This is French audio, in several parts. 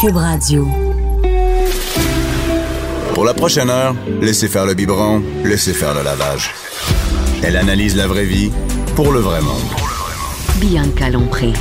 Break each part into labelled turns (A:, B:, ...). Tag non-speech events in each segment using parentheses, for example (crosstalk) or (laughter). A: Cube Radio.
B: Pour la prochaine heure, laissez faire le biberon, laissez faire le lavage. Elle analyse la vraie vie pour le vrai monde.
A: Bianca Lompré.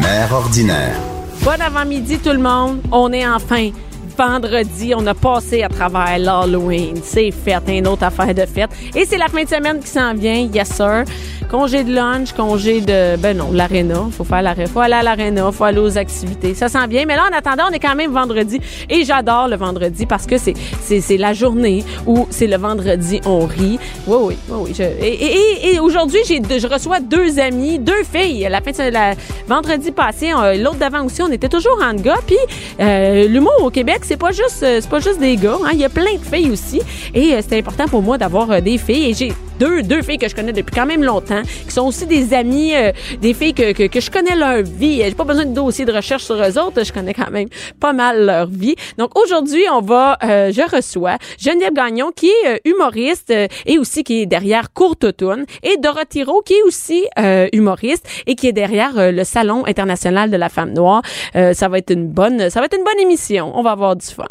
B: Mère ordinaire.
C: Bon avant-midi tout le monde, on est enfin vendredi, on a passé à travers l'Halloween, c'est fête, une autre affaire de fête. Et c'est la fin de semaine qui s'en vient, yes sir. Congé de lunch, congé de, ben non, l'aréna, faut faire l'arena, faut aller à l'aréna, faut aller aux activités, ça s'en vient. Mais là, en attendant, on est quand même vendredi et j'adore le vendredi parce que c'est, c'est, c'est la journée où c'est le vendredi, on rit. Oui, oui, oui, oui. Je- et et- et- et aujourd'hui, j'ai, deux- je reçois deux amis, deux filles. La fin de la, vendredi passé, on- l'autre d'avant aussi, on était toujours en gars. Puis euh, l'humour au Québec, c'est pas juste, euh, c'est pas juste des gars. hein. Il y a plein de filles aussi. Et euh, c'est important pour moi d'avoir euh, des filles. Et j'ai deux, deux filles que je connais depuis quand même longtemps, qui sont aussi des amies, euh, des filles que, que, que je connais leur vie. J'ai pas besoin de dossier de recherche sur eux autres. Je connais quand même pas mal leur vie. Donc aujourd'hui, on va, euh, je reçois Geneviève Gagnon, qui est euh, humoriste euh, et aussi qui est derrière Courte Automne, et Dorothy Rowe, qui est aussi euh, humoriste et qui est derrière euh, le Salon international de la femme noire. Euh, ça va être une bonne, ça va être une bonne émission. On va avoir du fun.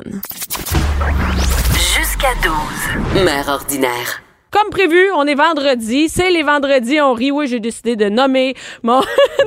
A: Jusqu'à 12. Mère ordinaire.
C: Comme prévu, on est vendredi. C'est les vendredis, on rit. Oui, j'ai décidé de nommer mon, (laughs) nommer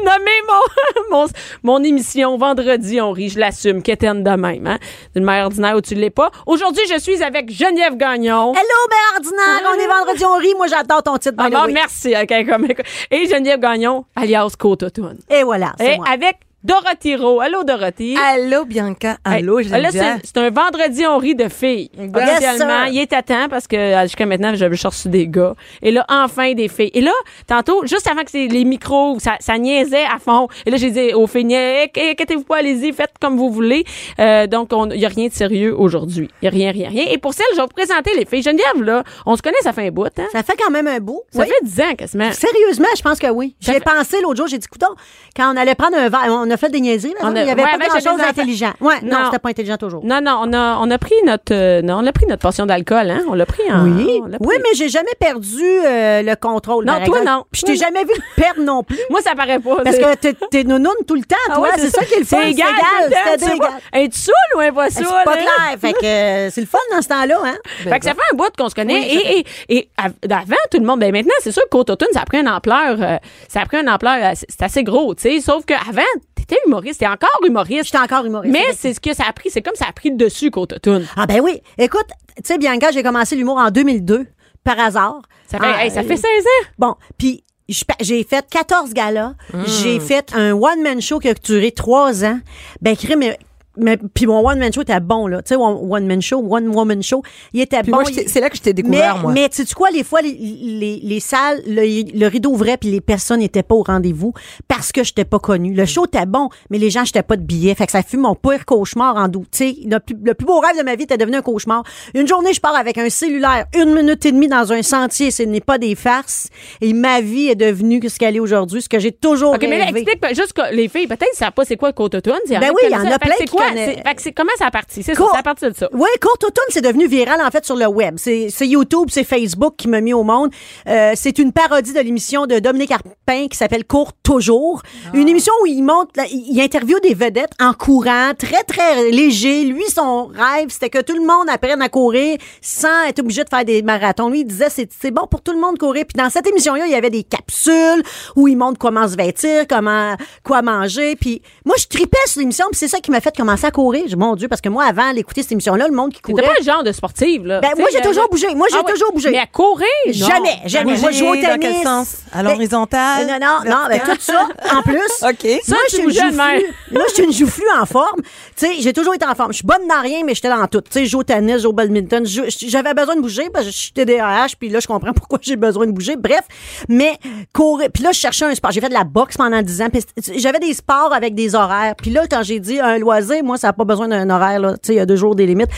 C: mon, mon, mon émission Vendredi, on rit. Je l'assume, quétaine de même, hein. D'une manière ordinaire où tu l'es pas. Aujourd'hui, je suis avec Geneviève Gagnon.
D: Hello, ben ordinaire! On est vendredi, on rit. Moi, j'adore ton titre, by
C: Ah
D: the
C: bon,
D: way.
C: merci. ok, comme- et Geneviève Gagnon, alias Côte Automne.
D: Et voilà, c'est
C: Et
D: moi.
C: avec Dorothy Rowe. Allô, Dorothy.
E: Allô, Bianca. Allô,
C: Hey, Là,
E: Geneviève.
C: c'est- c'est un vendredi, on rit de filles. Officiellement,
D: sir.
C: il est à temps parce que euh, jusqu'à maintenant, j'avais juste reçu des gars. Et là, enfin, des filles. Et là, tantôt, juste avant que c'est- les micros, ça, ça niaisait à fond. Et là, j'ai dit aux filles, Hey, inquiétez-vous pas, allez-y, faites comme vous voulez. Euh, donc, on- il n'y a rien de sérieux aujourd'hui. Il n'y a rien, rien, rien. Et pour celles, je vais vous présenter les filles. Geneviève, là, on se connaît, ça fait un bout, hein? Ça,
D: Ça fait quand même un bout. oui.
C: fait 10 ans quasiment.
D: Sérieusement, je pense que oui.
C: Ça
D: J'ai
C: fait-
D: pensé l'autre jour, j'ai dit, coudon, quand on allait prendre un verre, on a fait des niaiseries, là,
C: On a-
D: il n'y avait
C: ouais,
D: pas
C: mais j'ai
D: grand-chose
C: des enfants.
D: d'intelligent. Ouais, non,
C: Non.
D: c'était pas intelligent toujours.
C: Non, non, on a, on a pris notre, euh, non, on a pris notre portion d'alcool, hein? On l'a pris en.
D: Oui,
C: on l'a
D: oui,
C: pris.
D: mais j'ai jamais perdu euh, le contrôle.
C: Non,
D: par
C: toi,
D: exemple.
C: non.
D: Puis je t'ai
C: Oui.
D: jamais vu le perdre non plus.
C: Moi, ça paraît pas.
D: Parce
C: c'est-
D: que t'es- t'es nounoune tout le temps,
C: Ah
D: toi.
C: ouais,
D: c'est ça qui est le fun.
C: C'est égal. tout le temps,
D: c'était
C: tu sais
D: égal. Ah,
C: pas. Es-tu saoul ou est pas
D: C'est
C: saoul?
D: pas
C: hein?
D: clair. Fait que euh, c'est le fun dans ce temps-là, hein?
C: Fait que ça fait un bout qu'on se connaît. et, et, et av- avant, tout le monde. Ben maintenant, c'est sûr que Côte Automne, ça a pris une ampleur. euh, ça a pris une ampleur. assez- C'est assez gros, tu sais. Sauf qu'avant, t'étais humoriste. T'es encore humoriste.
D: J'étais encore humoriste.
C: Mais c'est ce que ça a pris. C'est comme ça a pris le dessus, Côte Automne.
D: Ah ben oui. Écoute, tu sais, Bianca, j'ai commencé l'humour en 2002, par hasard.
C: Ça fait,
D: Ah,
C: hey, ça fait
D: euh,
C: 16 ans.
D: Bon, puis je pa- j'ai fait 14 galas.
E: Mmh.
D: J'ai fait un one-man show qui a duré 3 ans. Ben, crime, mais, mais- puis mon one-man show était bon, là. Tu sais, one- one-man show, one-woman show, il était
E: Puis
D: bon.
E: moi, je t'ai-
D: il-
E: c'est là que je t'ai
D: mais,
E: découvert, moi.
D: mais tu sais quoi, les fois, les, les, les salles, le, le rideau ouvrait puis les personnes n'étaient pas au rendez-vous parce que j'étais pas connue. Le show était bon, mais les gens n'étaient pas de billets. Fait que ça fut mon pire cauchemar en doute. Tu sais, Le, plus- le plus beau rêve de ma vie était devenu un cauchemar. Une journée, je pars avec un cellulaire, une minute et demie dans un sentier. Ce n'est pas des farces. Et ma vie est devenue ce qu'elle est aujourd'hui, ce que j'ai toujours
C: OK, mais là,
D: rêvé.
C: explique pas- juste que les filles, peut-être, savent pas c'est quoi Côte Automne. Il y en a
D: Ben oui,
C: qui
D: il y
C: connaissent
D: en
C: ça. Fait
D: a
C: que
D: plein
C: c'est
D: qui
C: quoi?
D: connaissent.
C: C'est- fait que c'est- comment ça a parti? C'est ça,
D: Cour-
C: ça a parti de ça.
D: Oui, Courte Automne, c'est devenu viral, en fait, sur le web. C'est c'est YouTube, c'est Facebook qui m'a mis au monde. Euh, c'est une parodie de l'émission de Dominique Arpin qui s'appelle Court Toujours.
C: Ah.
D: Une émission où il monte, là, il il interviewe des vedettes en courant, très, très léger. Lui, son rêve, c'était que tout le monde apprenne à courir sans être obligé de faire des marathons. Lui, il disait, c'est c'est bon pour tout le monde courir. Puis dans cette émission-là, il y avait des capsules où il montre comment se vêtir, comment, quoi manger. Puis moi, je tripais sur l'émission, puis c'est ça qui m'a fait commencer commencé à courir. J'ai dit, Mon Dieu, parce que moi, avant d'écouter cette émission-là, le monde qui courait.
C: T'étais pas le genre de sportive, là.
D: Ben,
C: Tu sais,
D: moi, j'ai
C: le-
D: toujours bougé. Moi, j'ai
C: Ah ouais.
D: toujours bougé.
C: Mais à courir? non.
D: Jamais, jamais.
E: Bouger
D: Moi, je joue au
E: Ah, dans quel
D: tennis.
E: sens?
D: Ben,
E: À l'horizontale?
D: Non, non, non, ben, tout ça, en plus. Ça,
E: (laughs) OK.
C: tu
D: je suis une
C: bougeais de même.
D: joufflue. Moi, je suis une joufflue en forme. Tu sais, j'ai toujours été en forme. Je suis bonne dans rien, mais j'étais dans tout. Tu sais, je joue au tennis, je joue au badminton. je joue- J'avais besoin de bouger parce que je suis TDAH, puis là, je comprends pourquoi j'ai besoin de bouger. Bref, mais courir. Puis là, je cherchais un sport. J'ai fait de la boxe pendant 10 ans. puis c- J'avais des sports avec des horaires. Puis là, quand j'ai dit un loisir, moi, ça n'a pas besoin d'un horaire. là. Tu sais, il y a deux jours des limites.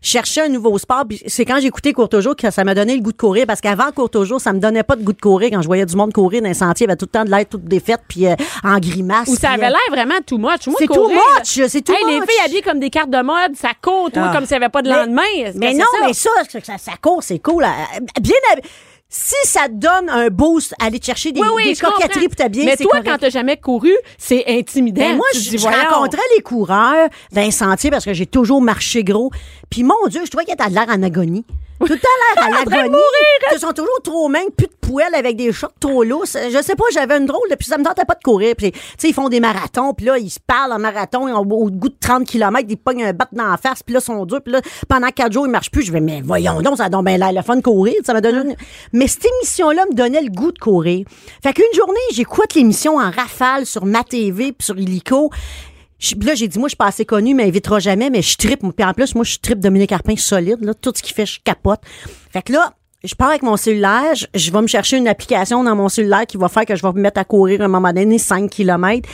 D: Je cherchais un nouveau sport, puis c'est quand j'ai écouté Court toujours que ça m'a donné le goût de courir, parce qu'avant Court toujours, ça me donnait pas de goût de courir. Quand je voyais du monde courir dans les sentiers, il y avait tout le temps de l'air toute défaite, puis euh, en grimace.
C: Ou ça
D: puis,
C: avait
D: euh,
C: l'air vraiment too much. Moi,
D: c'est too
C: courir, là-
D: much, c'est too
C: Hey, les
D: much.
C: filles habillées comme des cartes de mode, ça court, toi,
E: Ah.
C: comme s'il n'y avait pas de
D: Mais-
C: lendemain. Est-ce que
D: Mais
C: c'est
D: non,
C: ça?
D: mais ça, ça, ça, ça court, c'est cool. euh, Bien hab- Si ça te donne un boost, aller te chercher des,
C: Oui, oui,
D: des
C: je comprends.
D: coquetteries pour t'habiller,
C: Mais
D: c'est
C: toi,
D: correct.
C: quand t'as jamais couru, c'est intimidant.
D: Ben moi,
C: Tu te
D: je,
C: dis,
D: je
C: voyons.
D: rencontrais les coureurs d'un sentier parce que j'ai toujours marché gros. Puis mon Dieu, je trouvais qu'il y avait de l'air en agonie. Tout le temps l'air en agonie. Ils sont toujours trop minces, plus de poêle avec des shorts trop lousses. Je sais pas, j'avais une drôle, puis ça me tentait pas de courir. Puis, tu sais, ils font des marathons, puis là, ils se parlent en marathon, ils ont- au goût de 30 km, ils pognent un bat dans la face, puis là, ils sont durs, puis là, pendant quatre jours, ils marchent plus. Je vais, mais voyons donc, ça donne bien l'air le fun de courir. Ça m'a donné une- Mais cette émission-là me donnait le goût de courir. Fait qu'une journée, j'écoute l'émission en rafale sur ma TV, puis sur Illico. Je- puis là, j'ai dit, moi, je suis pas assez connue, mais invitera jamais, mais je tripe. Puis en plus, moi, je tripe Dominique Carpin solide, là. Tout ce qu'il fait, je capote. Fait que là, je pars avec mon cellulaire, je, je vais me chercher une application dans mon cellulaire qui va faire que je vais me mettre à courir à un moment donné 5 km.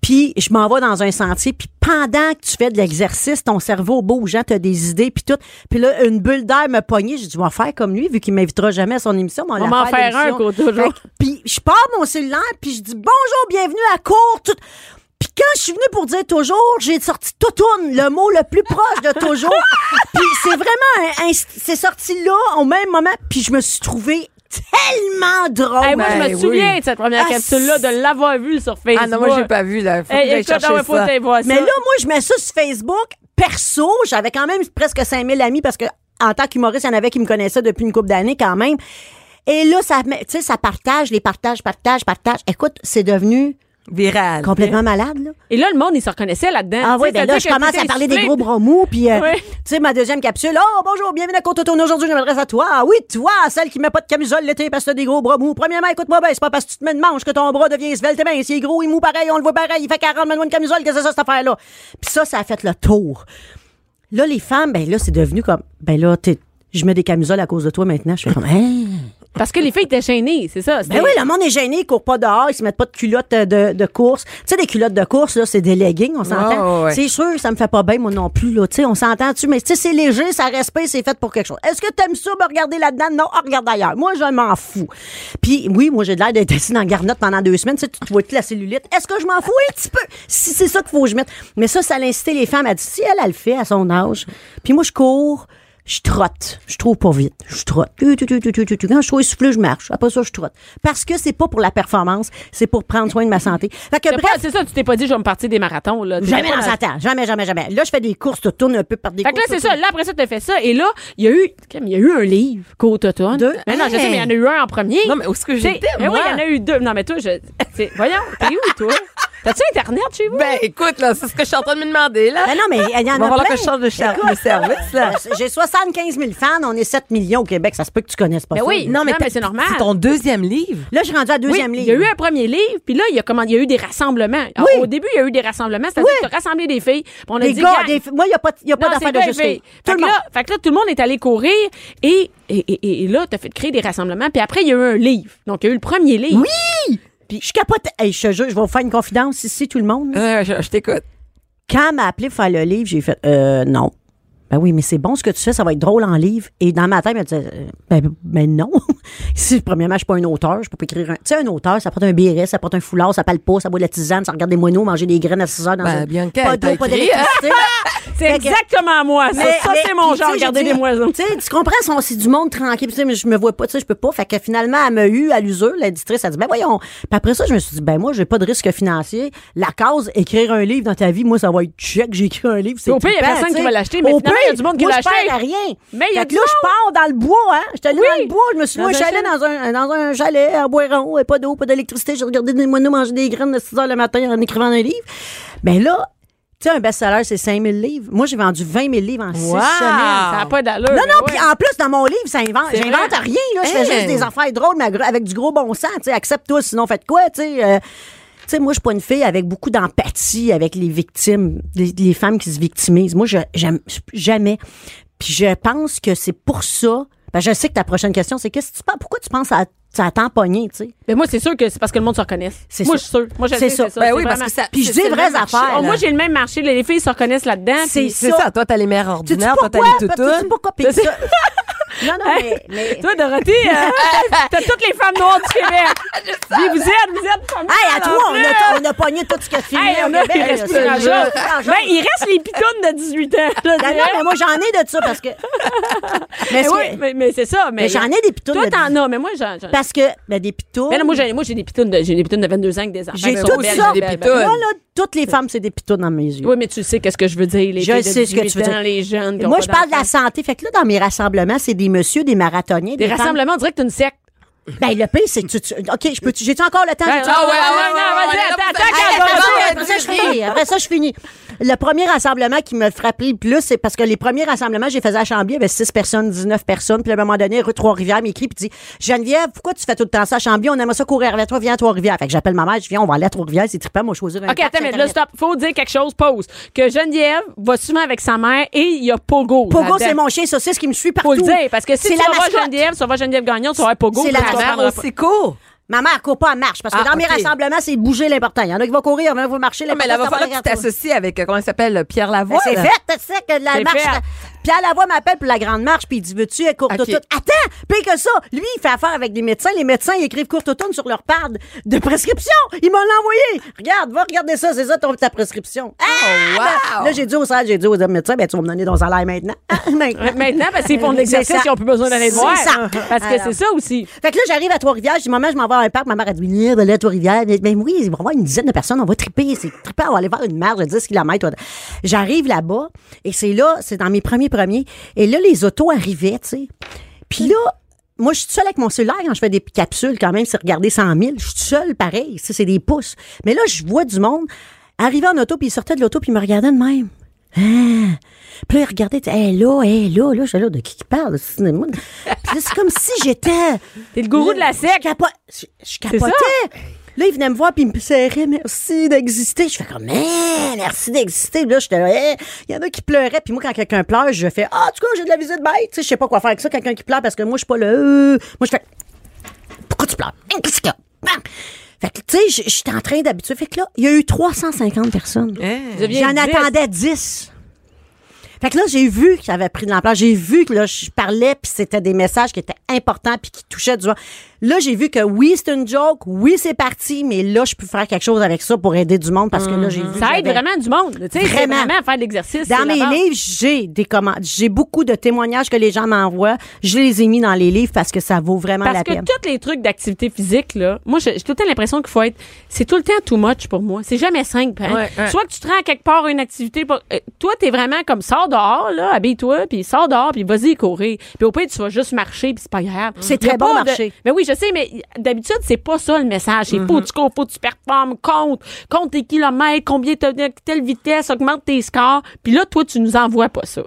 D: Puis je m'en vais dans un sentier, puis pendant que tu fais de l'exercice, ton cerveau bouge, hein, t'as des idées, puis tout. Puis là, une bulle d'air me pognait, j'ai dit, je vais en faire comme lui, vu qu'il m'invitera jamais à son émission. mais
C: On
D: va
C: va en
D: la
C: faire un,
D: l'émission.
C: Côte d'Or.
D: Fait que- Puis je pars mon cellulaire, puis je dis, bonjour, bienvenue à court. Tout... Puis quand je suis venue pour dire toujours, j'ai sorti toutoune, le mot le plus proche de toujours.
C: (laughs)
D: puis c'est vraiment un, un- c'est sorti là au même moment, puis je me suis trouvée tellement drôle.
C: Hey, moi, je
E: Ben
C: me
E: oui.
C: souviens de cette première
D: Oh, Ah,
C: capsule-là, de l'avoir vue sur Facebook.
E: Ah non, moi, j'ai pas vu, là. Faut que
C: Hey,
E: j'aille
C: écoute,
E: chercher
C: ah ouais, faut
E: ça.
C: que t'ailles voir ça.
D: Mais là, moi, je mets ça sur Facebook perso. J'avais quand même presque 5000 amis parce que en tant qu'humoriste, il y en avait qui me connaissaient depuis une couple d'années quand même. Et là, ça, met- tu sais, ça partage, les partages, partage, partage. Écoute, c'est devenu
E: Viral.
D: complètement malade, là.
C: Et là, le monde, il se reconnaissait là-dedans.
D: Ah
C: Tu
D: oui,
C: sais,
D: ben
C: ça
D: là,
C: veut
D: je
C: dire que
D: commence
C: t'étais
D: à parler des
C: soufflé.
D: gros bras mous, puis euh,
C: Ouais.
D: tu sais, ma deuxième capsule, oh bonjour, bienvenue à Côte Automne, aujourd'hui je m'adresse à toi, Ah oui, toi, celle qui met pas de camisole l'été parce que t'as des gros bras mous. Premièrement, écoute-moi ben, c'est pas parce que tu te mets de manche que ton bras devient svelte et mince, il est gros, il est mou pareil, on le voit pareil, il fait 40, mets-moi une camisole, qu'est-ce que c'est ça cette affaire-là? Puis ça, ça a fait le tour. Là, les femmes, ben là, c'est devenu comme, ben là, t'es- je mets des camisoles à cause de toi maintenant, je fais comme, hein?
C: Parce que les filles étaient gênées, c'est ça. c'était-
D: Ben oui, le monde est gêné, ils courent pas dehors, ils se mettent pas de culottes euh, de, de course. Tu sais, des culottes de course, là, c'est des leggings, on s'entend.
E: ouais, ouais.
D: C'est sûr, ça me fait pas bien, moi non plus, là. Tu sais, on s'entend dessus, mais tu sais, c'est léger, ça respecte, c'est fait pour quelque chose. Est-ce que t'aimes ça, me regarder là-dedans? Non, ah, regarde ailleurs. Moi, je m'en fous. Puis, oui, moi, j'ai de l'air d'être assis dans le garnotte pendant deux semaines, tu sais, tu te vois toute la cellulite. Est-ce que je m'en fous un petit peu? Si c'est ça qu'il faut que je mette. Mais ça, ça l'incitait les femmes à dire, si elle, elle le fait à son âge. Puis moi, je cours. Je trotte. Je trouve pas vite. Je trotte. Tu, tu, tu, tu, tu, tu, tu. Quand je suis essoufflée, je marche. Après ça, je trotte. Parce que c'est pas pour la performance, c'est pour prendre soin de ma santé. Fait que
C: T'as pas-
D: bref,
C: C'est ça, tu t'es pas dit, je vais me partir des marathons. Là. T'es
D: jamais
C: pas
D: dans un temps. Jamais, jamais, jamais. Là, je fais des courses, tu tournes un peu par des
C: Fait que là,
D: courses.
C: c'est ça.
D: tu
C: Là, après ça, t'as fait ça. Et là, il y a eu, comme, il y a eu un livre, Côte Automne.
D: Deux.
C: Mais non, je sais,
E: Hey.
C: mais il y en a eu un en premier.
E: Non, mais où est-ce que
C: T'sais,
E: j'étais,
C: mais oui,
E: moi?
C: il y en a eu deux. Non, mais toi, je. t'sais, Voyons, t'es où, toi? T'as-tu Internet chez vous?
E: Ben, écoute, là, c'est ce que je suis en train de me demander, là.
D: tournes. Ben non, mais il y en
E: Il va
D: a
E: falloir
D: plein.
E: que je change de, char- de service, là.
D: Euh, J'ai 75 000 fans, on est 7 millions au Québec, ça se peut que tu connaisses pas
C: Ben
D: ça.
C: oui. Non, mais c'est normal.
E: C'est ton deuxième livre.
D: Là, je suis rendue à
C: Oui,
D: deuxième
C: il y a
D: livre.
C: eu un premier livre, puis là, il y a, comment, il y a eu des rassemblements. Alors,
D: Oui.
C: Au début, il y a eu des rassemblements, c'est-à-dire
D: Oui.
C: que t'as rassemblé des filles, puis on a
D: Des
C: dit...
D: gars,
C: gang.
D: des f- moi, il n'y a pas, y a pas
C: Non,
D: d'affaire
C: c'est
D: de
C: gars et
D: justice.
C: filles. Fait
D: Tout le
C: que,
D: monde.
C: là, fait que là, tout le monde est allé courir et, et, et, et là, t'as fait créer des rassemblements. Puis après, il y a eu un livre. Donc, il y a eu le premier livre.
D: Oui! Puis je capote. Hey, je te jure, je vais vous faire une confidence ici, tout le monde.
E: Euh, je je t'écoute.
D: quand elle m'a appelé pour faire le livre, j'ai fait euh, non. Ben oui, mais c'est bon ce que tu fais, ça va être drôle en livre. Et dans ma tête, elle me disait, euh, ben, ben non. (laughs) si, premièrement, je suis pas un auteur, je peux pas écrire un. Tu sais, un auteur, ça porte un béret, ça porte un foulard, ça parle pas, ça boit de la tisane, ça regarde des moineaux, manger des graines à 6 heures dans
E: Ben,
D: un.
E: Bianca,
D: pas
E: elle
D: d'eau,
E: t'a
D: pas
E: écrit, (laughs)
D: d'électricité.
C: C'est
D: Fait que-
C: exactement moi. Ça, ça, c'est mon
D: puis, tu
C: genre,
D: sais,
C: regarder
D: j'ai dit,
C: des moisons.
D: Tu sais, tu comprends, son- c'est du monde tranquille. puis tu sais, mais je me vois pas, tu sais, je peux pas. Fait que finalement, elle m'a eu à l'usure, l'éditrice, elle dit, ben voyons. Puis après ça, je me suis dit, ben moi, j'ai pas de risque financier. La cause, écrire un livre dans ta vie, moi, ça va être check, j'ai écrit un livre, c'est
C: Au pire, il y a
D: trippant,
C: personne
D: tu sais.
C: qui va l'acheter, mais
D: Au
C: finalement, il y a
D: pire,
C: du monde qui
D: moi,
C: l'a
D: Je
C: acheté.
D: perds à rien.
C: Mais il y a
D: Fait que
C: du
D: là, je pars dans le bois, hein. J'étais allée dans
C: Oui.
D: le bois, je me suis
C: Dans
D: loué un
C: un
D: chalet
C: chalet.
D: dans un, dans un chalet à Boiron, et pas d'eau, pas d'électricité. J'ai regardé des moineaux manger des graines de 6 heures le matin en écrivant un livre. Ben là, Tu sais, un best-seller, c'est 5 000 livres. Moi, j'ai vendu 20 000 livres en 6
C: Wow!
D: semaines.
C: Ça n'a pas d'allure.
D: Non,
C: mais
D: non,
C: ouais.
D: puis en plus, dans mon livre, ça invente,
C: C'est
D: j'invente
C: vrai. Hein?
D: rien, là. Je fais
E: Hey.
D: juste des affaires drôles, mais gr- avec du gros bon sens, tu sais. Accepte-toi, sinon faites quoi, tu sais. euh, tu sais, moi, je suis pas une fille avec beaucoup d'empathie avec les victimes, les, les femmes qui se victimisent. Moi, je, j'aime jamais. Puis je pense que c'est pour ça. Ben, je sais que ta prochaine question, c'est qu'est-ce que tu penses, pourquoi tu penses à, à tamponner, tu sais?
C: Mais moi, c'est sûr que c'est parce que le monde se reconnaît.
D: C'est
C: moi,
D: ça.
C: je suis sûre. Moi, je
D: C'est
C: sais que
D: ça.
C: c'est ça.
D: Ben
C: C'est
E: oui, parce
C: vraiment-
E: que ça-
D: Puis je
E: C'est-
D: dis
E: c'est
D: les vraies
E: le même
D: affaires.
C: Oh,
D: là.
C: moi, j'ai le même marché. Les filles se reconnaissent là-dedans.
D: C'est
C: puis-
E: C'est
D: ça.
E: ça, toi, t'as les mères
D: Tu dis
E: ordinaires, toi, t'as
D: pourquoi?
E: les
D: Tu dis
E: toutounes.
D: pourquoi?
C: (laughs)
D: Puis ça- Non, non, mais- mais...
C: Toi, Dorothée,
D: (laughs)
C: euh, t'as toutes les femmes noires du Québec. Puis vous êtes, vous êtes femmes
D: Hey, à
C: noires,
D: toi, on
C: là.
D: a, on a pogné tout ce que tu
C: Ah, Hey, on a, il reste plus grand chose. Ben, il reste les pitounes de 18 ans. je
D: Non,
C: dirais.
D: non, mais moi, j'en ai de ça parce que.
C: (laughs)
D: Mais,
C: Mais
D: est-ce
C: Ben oui,
D: que-
C: mais, mais c'est ça. Mais,
D: mais j'en ai des pitounes
C: Toi,
D: de-
C: t'en as, mais moi, j'en j'en ai.
D: Parce que, ben, des pitounes.
C: Mais non, moi, j'ai moi, j'ai des pitounes de, j'ai des pitounes de 22 ans avec des enfants.
D: J'ai
C: qui sont
D: tout
C: belles,
D: ça.
C: belles,
D: Ben,
C: belles,
E: Des pitounes.
D: Moi, là, toutes les femmes, c'est des pitounes dans mes yeux.
C: Oui, mais tu sais qu'est-ce que je veux dire. Les
D: Je
C: filles
D: sais
C: de
D: ce que tu
C: 18
D: veux
C: ans,
D: dire.
C: les jeunes. qui ont
D: Moi,
C: pas
D: je parle de la
C: d'enfants.
D: santé. Fait que là, dans mes rassemblements, c'est des messieurs, des marathoniens, des,
C: Des
D: femmes.
C: rassemblements, on dirait que t'es une secte.
D: Ben, le pire, c'est que tu, tu- OK, je peux, j'ai-tu encore le temps?
C: Ben,
D: J'ai-tu
C: ah
D: encore
C: ouais,
D: le temps?
C: ah ouais, non, vas-y, attends, attends,
D: Hey,
C: attends, attends,
D: attends, après ça, je finis. Après ça, je finis. Le premier rassemblement qui me frappait le plus, c'est parce que les premiers rassemblements, j'ai fait à Chambly, il y avait 6 personnes, 19 personnes. Puis à un moment donné, rue Trois-Rivières m'écrit puis dit Geneviève, pourquoi tu fais tout le temps ça à Chambly? On aimerait ça courir vers toi, viens à Trois-Rivières. Fait que j'appelle ma mère, je viens, on va aller à Trois-Rivières, c'est trippant, moi, choisir un
C: OK,
D: parc
C: attends, mais là,
D: internet.
C: stop. Faut dire quelque chose, pause. Que Geneviève va souvent avec sa mère et il y a Pogo.
D: Pogo,
C: là-dedans.
D: c'est mon chien saucisse qui me suit partout.
C: Faut le dire, parce que si
D: C'est
C: tu
D: la
C: vas voir
D: mascotte.
C: Geneviève, tu vas voir Geneviève Gagnon, tu vas voir Pogo.
D: C'est la
C: puis tu vas
D: mascotte.
C: prendre un-
E: aussi court.
D: Ma mère court pas à marche, parce que
E: Ah,
D: dans mes
E: OK.
D: rassemblements, c'est bouger l'important. Il y en a qui vont courir, il y en a qui vont marcher.
E: Non, mais là,
D: l'important,
E: va
D: c'est d'avoir
E: falloir que tu
D: un retour.
E: t'associes avec, euh, comment il s'appelle, Pierre
D: Ben,
E: Lavoie.
D: c'est
E: là.
D: fait, c'est ça, que la
C: C'est
D: marche.
C: fait.
D: Puis à la voix m'appelle pour la grande marche, puis il dit Veux-tu euh, courte
E: Ok.
D: automne? Attends, puis que ça, lui, il fait affaire avec des médecins. Les médecins, ils écrivent courte automne sur leur pad de prescription. Ils m'ont envoyé. Regarde, va regarder ça, c'est ça ton, ta prescription. Ah,
E: Oh, wow!
D: Là, j'ai dit au salaire, j'ai dit aux médecins Ben, tu vas me donner ton salaire maintenant. Ah, (laughs) maintenant.
C: Maintenant, parce qu'ils font de
D: (laughs) C'est
C: l'exercice,
D: ça.
C: ils n'ont plus besoin d'aller te
D: C'est
C: voir.
D: ça.
C: Parce que
D: Alors.
C: c'est ça aussi.
D: Fait que là, j'arrive à Trois-Rivières, je dis, maman, je m'en vais à un parc. Ma mère a dit, viens, de là, Trois-Rivières. Mais ben oui, il va y avoir une dizaine de personnes, on va triper. C'est trippant, on va aller voir une marge de 10 km. J'arrive là-bas, et c'est là, c'est dans mes premiers premiers. Et là, les autos arrivaient, tu sais. Puis là, moi, je suis seule avec mon cellulaire quand je fais des capsules, quand même, c'est regarder 100 000. Je suis seule, pareil. Ça, c'est des pouces. Mais là, je vois du monde arriver en auto, puis il sortait de l'auto, puis il me regardait de même. Ah. Puis là, il regardait, il disait, Hey, là, hé, là, là, je suis là, de qui qui parle? C'est moi. Puis là, c'est comme si j'étais.
C: T'es le gourou de la
D: Je,
C: secte.
D: capo- je- je capotais.
C: ça.
D: Là, il venait me voir puis il me serrait merci d'exister. Je fais comme Eh, merci d'exister. Là, j'étais là, Eh. il y en a qui pleuraient puis moi quand quelqu'un pleure, je fais ah, en tout cas, j'ai de la visite bête, tu sais, je sais pas quoi faire avec ça quelqu'un qui pleure parce que moi je suis pas le moi je fais pourquoi tu pleures Hein, Qu'est-ce qu'il y a Bam! Fait que tu sais, j- j'étais en train d'habituer. Fait que là, il y a eu 350 personnes.
C: Vous deviez
D: J'en
C: dix.
D: attendais 10. Fait que là, j'ai vu que ça avait pris de l'ampleur. J'ai vu que là, je parlais, puis c'était des messages qui étaient importants, puis qui touchaient du vent. Là, j'ai vu que oui, c'est une joke, oui, c'est parti, mais là, je peux faire quelque chose avec ça pour aider du monde, parce que là, j'ai vu...
C: Mhm.
D: que
C: Ça aide
D: j'avais-
C: vraiment du monde. Tu sais, c'est
D: Vraiment.
C: vraiment à faire de l'exercice. c'est la
D: Dans mes
C: base.
D: livres, j'ai des commandes. J'ai beaucoup de témoignages que les gens m'envoient. Je les ai mis dans les livres parce que ça vaut vraiment
C: Parce
D: la
C: que
D: peine.
C: tous les trucs d'activité physique, là, moi, j'ai j'ai tout le temps l'impression qu'il faut être. C'est tout le temps too much pour moi. C'est jamais simple. hein.
E: Ouais, ouais.
C: Soit que tu te rends quelque part à une activité. Pour, euh, toi, t'es vraiment comme sors dehors, là, habille-toi, puis sors dehors, puis vas-y courir. Puis au pire, tu vas juste marcher, puis c'est pas grave.
D: C'est
C: Y a
D: très
C: pas
D: bon
C: de-
D: marcher.
C: Mais oui, je sais, mais d'habitude, c'est pas ça le message. C'est
E: Mm-hmm.
C: faut que tu cours, faut que tu performes, compte, compte tes kilomètres, combien t'as de telle vitesse, augmente tes scores. Puis là, toi, tu nous envoies pas ça.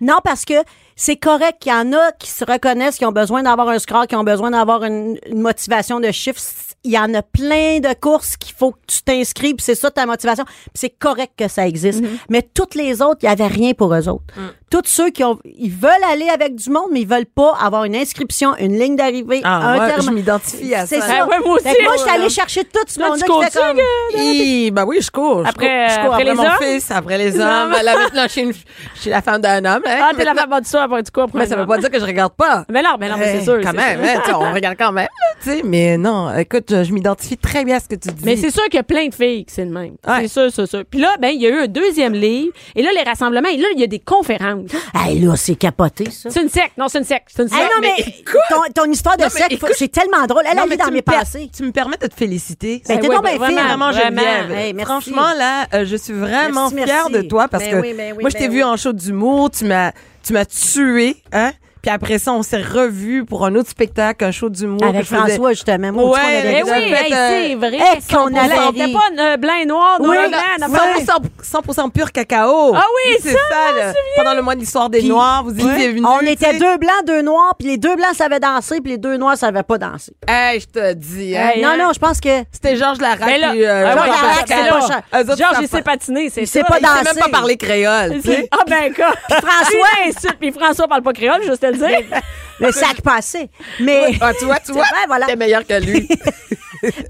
D: Non, parce que c'est correct qu'il y en a qui se reconnaissent, qui ont besoin d'avoir un score, qui ont besoin d'avoir une, une motivation de chiffres. Il y en a plein de courses qu'il faut que tu t'inscris, puis c'est ça ta motivation. Puis c'est correct que ça existe.
E: Mhm.
D: Mais toutes les autres, il n'y avait rien pour eux autres.
E: Mm.
D: Tous ceux qui ont, ils veulent aller avec du monde, mais ils veulent pas avoir une inscription, une ligne d'arrivée,
E: Ah,
D: un
E: ouais,
D: terme.
E: je m'identifie à
D: C'est
E: ça.
D: ça.
C: Ah ouais, moi aussi.
D: Fait que moi, je suis allée chercher tout ce
C: Là,
D: monde-là
C: tu
D: qui fait
C: continues,
D: comme-
E: Hi, ben oui, je cours. Je
C: Après, euh,
E: cours- je cours
C: après les
E: mon
C: hommes?
E: fils, après les hommes.
C: (laughs)
E: Là, maintenant, je suis, une- je suis la femme d'un homme. hein,
C: Ah, t'es la
E: maintenant.
C: femme du soir, après, du coup, après,
E: Mais ça
C: non.
E: veut pas dire que je regarde pas.
C: Mais non, mais non, mais
E: Eh,
C: c'est sûr.
E: Quand
C: c'est
E: même,
C: sûr.
E: hein, tu sais, on regarde quand même, là, tu sais. Mais non, écoute, je, je m'identifie très bien à ce que tu dis.
C: Mais c'est sûr qu'il y a plein de filles que c'est le même.
E: Ouais.
C: C'est sûr, c'est sûr. Puis là, ben, il y a eu un deuxième livre. Et là, les rassemblements, et là, il y a des conférences.
D: Hey, là, c'est capoté, ça.
C: C'est une secte. Non, c'est une secte. C'est une secte.
D: Hey, Ah non, mais, ton, ton histoire de
E: Ah, Non, mais
D: sexe,
E: écoute-
D: c'est tellement drôle. Elle
E: Non,
D: a
E: mais
D: dans
E: tu
D: mes
E: me per-
D: passés.
E: Tu me permets de te féliciter.
D: Ben,
C: Ben
D: t'es
C: ouais,
D: donc
C: ben
D: bien
C: vraiment,
D: fine.
E: Vraiment, Geneviève.
D: Hey, merci.
E: Franchement, là, euh, je suis vraiment
D: Merci, merci.
E: fière de toi parce
D: Ben
E: que
D: oui, ben oui,
E: moi, je t'ai
D: ben
E: vu
D: oui.
E: en show d'humour, tu m'as, tu m'as tué, hein. Puis après ça, on s'est revus pour un autre spectacle, un show d'humour.
D: Avec
E: que je faisais-
D: François, justement. Moi,
E: Ouais, ben
D: tu sais qu'on (laughs) avait
C: Eh
E: mais
C: oui,
D: dit-
E: vous
C: hey,
E: avez fait,
C: c'est
E: euh,
C: vrai.
D: hey, qu'on
C: On
D: avait
C: n'était
D: ri.
C: pas euh, blanc et noir, noir
D: Oui,
C: et blanc. on a pas-
E: 100%, 100% pur cacao.
C: Ah oui,
E: c'est ça, là. Pendant le mois de l'histoire des Noirs, vous
D: Puis,
E: étiez venus.
D: on
E: tu
D: était
E: sais.
D: deux blancs, deux noirs, puis les deux blancs savaient danser, puis les deux noirs savaient pas danser.
E: Hey, je te dis. hein.
C: Hey,
D: non,
C: hein.
D: non, je pense que
E: C'était Georges Larac
C: Mais là,
E: puis, euh,
C: ah
D: Georges
C: ouais,
E: Georges
C: Larac,
D: Larac, c'est
C: c'est
E: Lacapelle.
D: pas
C: là.
D: cher.
E: Eux autres,
C: Georges,
E: savent
C: il sait patiner, c'est
D: Il sait
C: ça.
D: pas
E: Il sait même
D: danser.
E: pas parler créole. tu
D: (laughs)
E: sais.
C: Ah ben quoi. François insulte, puis François parle pas créole, je veux te le dire.
D: le sac passé.
E: (laughs)
D: Mais,
E: Ah, tu vois, tu vois,
D: Ouais, voilà.
E: t'es meilleur que lui.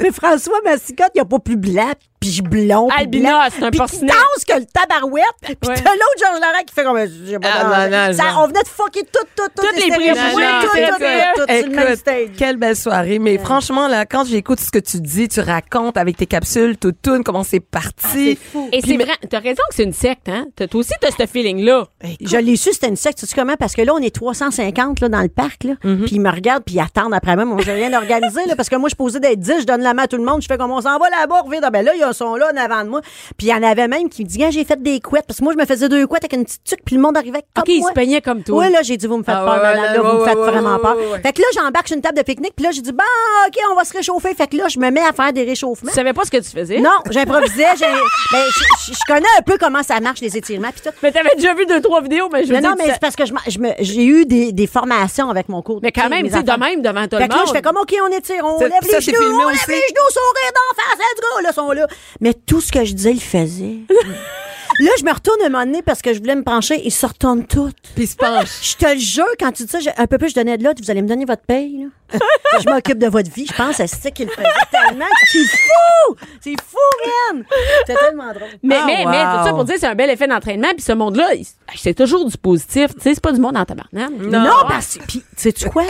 D: mais François Massicotte, il a pas plus blanc, puis blond, puis
C: Albinos,
D: blanc.
C: c'est un
D: Puis qui
C: porcinet.
D: danse que le tabarouette, puis
C: Ouais.
D: t'as l'autre Georges Larac qui fait comme... J'ai pas
E: Ah,
D: dansé.
E: non, non,
D: Ça,
E: non.
D: on venait de fucker tout, tout, tout.
C: Toutes les
D: stéréotypes,
C: préjugés,
D: tout,
C: c'est
D: tout,
C: ça.
D: tout, tout, sur le même
E: Écoute,
D: stage.
E: Quelle belle soirée. Mais franchement, là, quand j'écoute ce que tu dis, tu racontes avec tes capsules, tout tourne, comment c'est
D: Ah,
E: parti.
C: Et c'est vrai, t'as raison que c'est une secte, hein? T'as- Toi aussi, t'as ce feeling-là.
D: Je l'ai su, c'était une secte. Tu sais comment? Parce que là, on est 350 là, dans le parc. Là.
E: Mm-hmm.
D: Puis ils me regardent, puis ils attendent après même. Moi, j'ai rien organisé. Là, parce que moi, je posais d'être 10, je donne la main à tout le monde. Je fais comme on s'en va là-bas, on revient. Ah, ben là, ils sont là en avant de moi. Puis il y en avait même qui me disaient, Ah, j'ai fait des couettes. Parce que moi, je me faisais deux couettes avec une petite tuque, puis le monde arrivait comme
C: OK, ils
D: moi.
C: se peignaient comme toi.
D: Oui, là, j'ai dit, vous me faites
E: Ah,
D: peur,
E: ouais,
D: madame. Là,
E: ouais,
D: vous me
E: ouais,
D: faites
E: ouais,
D: vraiment
E: ouais,
D: peur.
E: ouais, ouais.
D: Fait que là, j'embarque sur une table de pique-nique, puis là, j'ai dit, bon, OK, on va se réchauffer. Fait que là, je me mets à faire des réchauffements.
C: Tu savais pas ce que tu faisais?
D: Non, j'improvisais. j'ai- ben, je- je je connais un peu comment ça marche, les étirements, puis tout.
C: Mais t'avais déjà vu deux, trois vidéos, mais je veux
D: Mais
C: dire,
D: non, mais
C: tu
D: c'est parce que je m'en- je me- j'ai eu des, des formations avec mon cours. de
C: Mais quand
D: tir,
C: même,
D: mes
C: tu sais, de
D: enfants.
C: même devant tout
D: Fait
C: le
D: que là,
C: monde.
D: je fais comme, OK, on étire, on
E: Ça-
D: lève
E: ça,
D: les
E: c'est
D: genoux,
E: filmé
D: on lève
E: aussi.
D: les genoux, sourire d'en face, let's go, là, sont là. Mais tout ce que je disais,
C: (laughs)
D: il faisait. là, je me retourne un moment donné parce que je voulais me pencher, ils se retournent toutes.
E: Puis il se penche.
D: Je te le jure, quand tu dis ça, j'ai- un peu plus, je donnais de l'autre, vous allez me donner votre
C: (laughs)
D: paye, là. je m'occupe de votre vie, je pense, à ce qu'il faisait tellement. C'est fou! C'est fou, Ren! C'est tellement drôle.
C: Mais,
E: Ah,
C: mais,
E: wow.
C: mais, tout ça pour dire, c'est un bel effet d'entraînement. Puis ce monde-là, il- c'est toujours du positif. Tu sais, c'est pas du monde en tabarnak.
D: Non, parce que. Puis, sais-tu quoi?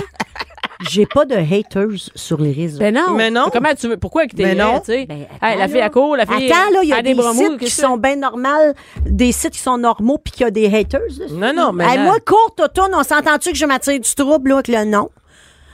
D: J'ai pas de haters sur les réseaux.
C: Ben non.
E: Mais non.
C: Comment tu veux, pourquoi quitter
E: Mais non.
C: tu sais?
D: Ben, attends,
C: Hey, la
D: là.
C: fille à court, la fille.
D: Attends, là, il y a
C: à
D: des,
C: bras mous,
D: sites qui
C: qu'est-ce que
D: sont bien normales, des sites qui sont normaux, puis qu'il y a des haters. dessus.
E: Non, non, mais
D: Hey,
E: là-
D: moi, courte automne, on s'entend-tu que je m'attire du trouble, là, avec le nom?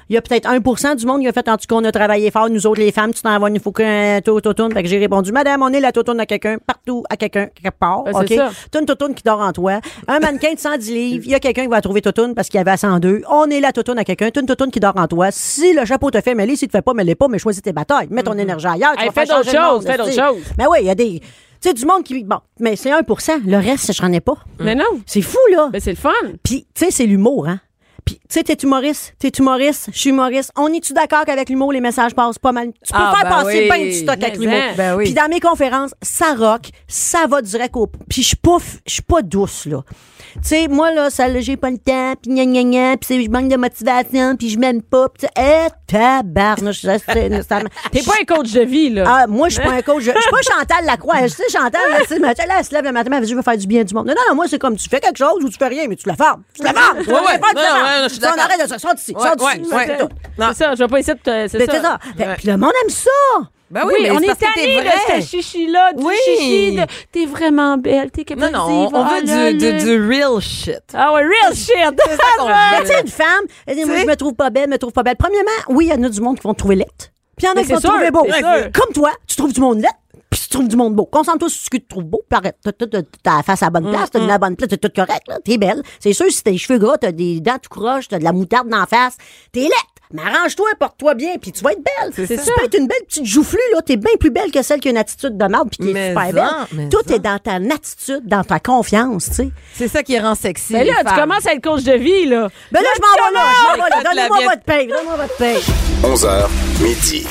D: Il y a peut-être 1 du monde qui a fait, en tout cas, on a travaillé fort, nous autres, les femmes, tu t'en vas, il faut qu'un totoune. Fait que j'ai répondu, madame, on est la totoune à quelqu'un, partout, à quelqu'un, quelque part.
C: Ben,
D: OK?
C: c'est ça.
D: T'as une totoune qui dort en toi. Un mannequin de 110 livres, il y a quelqu'un qui va la trouver totoune parce qu'il y avait à 102. On est la totoune à quelqu'un, t'as une totoune qui dort en toi. Si le chapeau te fait mêler, si tu fais pas mêler pas, mais choisis tes batailles. Mets
C: Mm-hmm.
D: ton énergie ailleurs. tu
C: Hey,
D: vas
C: fais
D: faire changer
C: d'autres
D: le monde,
C: choses, fais
D: esti.
C: d'autres choses.
D: Ben oui, il y a des. Tu sais, du monde qui. Bon, mais c'est 1 Le reste, je n'en ai pas.
C: c'est? Mais
E: (laughs)
C: non.
D: C'est fou, là.
C: Mais Ben, c'est le fun.
D: Puis, tu sais, c'est l'humour, hein. Puis, tu sais, t'es humoriste, t'es humoriste, je suis humoriste. On est-tu d'accord qu'avec l'humour, les messages passent pas mal? Tu peux
E: Ah,
D: faire
E: ben
D: passer
E: oui.
D: plein de stock avec
C: Mais
D: l'humour.
C: hein.
E: Ben oui.
D: Puis dans mes conférences, ça rock, ça va direct au... Puis je suis pas, f- je suis pas douce, là. Tu sais, moi, là, ça, là, j'ai pas le temps, puis gna gna gna, puis c'est- je manque de motivation, puis je m'aime pas, puis tu sais, eh, tabarnouche, ça, c'est- ça-
C: T'es pas un coach de vie, là.
D: ah, moi, je suis pas un coach. Je je suis pas Chantal Lacroix. Je sais, Chantal, là, c'est ma- elle, elle se lève le matin, elle dit, je veux faire du bien du monde. Non, non, non, moi, c'est comme tu fais quelque chose ou tu fais rien, mais tu la fermes. Tu la fermes. Tu la
E: Ouais, ouais.
D: fermes, tu la
E: Non,
D: fermes.
E: ouais, non, je
D: Si
E: suis
D: on
E: d'accord.
D: arrête de ça. Sors d'ici.
E: Ouais,
D: Sors d'ici.
E: ouais,
D: c'est
E: ouais.
D: tout.
E: Non.
C: C'est ça, je vais pas essayer de te. C'est
D: C'est
C: ça.
D: ça. Fait-
E: Ouais.
D: Puis le monde aime ça.
E: Ben
C: Oui, on
E: mais c'est
C: est
E: parce que t'es
C: tanné de
E: vrai.
C: ce chichi-là, du
E: Oui.
C: chichi de t'es vraiment belle, t'es
E: Non,
C: capable oh
E: non, on, on veut du, du, du real shit.
C: Ah ouais, real shit! Ah
E: C'est ça
C: (laughs)
E: qu'on
D: Mais
E: veut.
D: tu sais, une femme, elle dit, moi, je me trouve pas belle, je me trouve pas belle. Premièrement, oui, il y en a du monde qui vont te trouver laite. Puis il y en a
C: Mais
D: qui vont
C: c'est
D: te trouver
C: sûr,
D: beau.
C: c'est sûr.
D: Comme toi, tu trouves du monde laite. Puis tu trouves du monde beau. Concentre-toi sur ce que tu trouves beau. Puis arrête. T'as- t'as- T'as t'as la face à la bonne place, t'as
C: Mm,
D: une la bonne place, t'es tout correct, là. T'es belle. C'est sûr, si t'as les cheveux gras, t'as des dents tout croches, t'as de la moutarde dans la face, t'es laite. Mais arrange-toi, porte-toi bien, puis tu vas être belle. Tu
C: ça.
D: peux être une belle petite joufflue, là. T'es bien plus belle que celle qui a une attitude de merde, puis qui est
E: Mais
D: super
E: en,
D: belle.
E: mais
D: Tout
E: en.
D: est dans ta attitude, dans ta confiance, tu sais.
E: C'est ça qui rend sexy.
C: Mais
E: les
C: là, tu
E: femmes.
C: commences à être coach de vie, là.
D: Ben là, je m'en vais là, je m'en vais là.
E: Écoute, la
D: Donnez-moi
E: mienne.
D: votre paye, donnez-moi votre paye.
B: 11h, midi.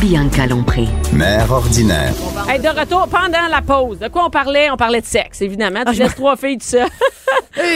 A: Bianca Lompré.
B: Mère ordinaire.
C: Hey, de retour pendant la pause. De quoi on parlait? On parlait de sexe, évidemment. Tu laisses trois filles tout seul.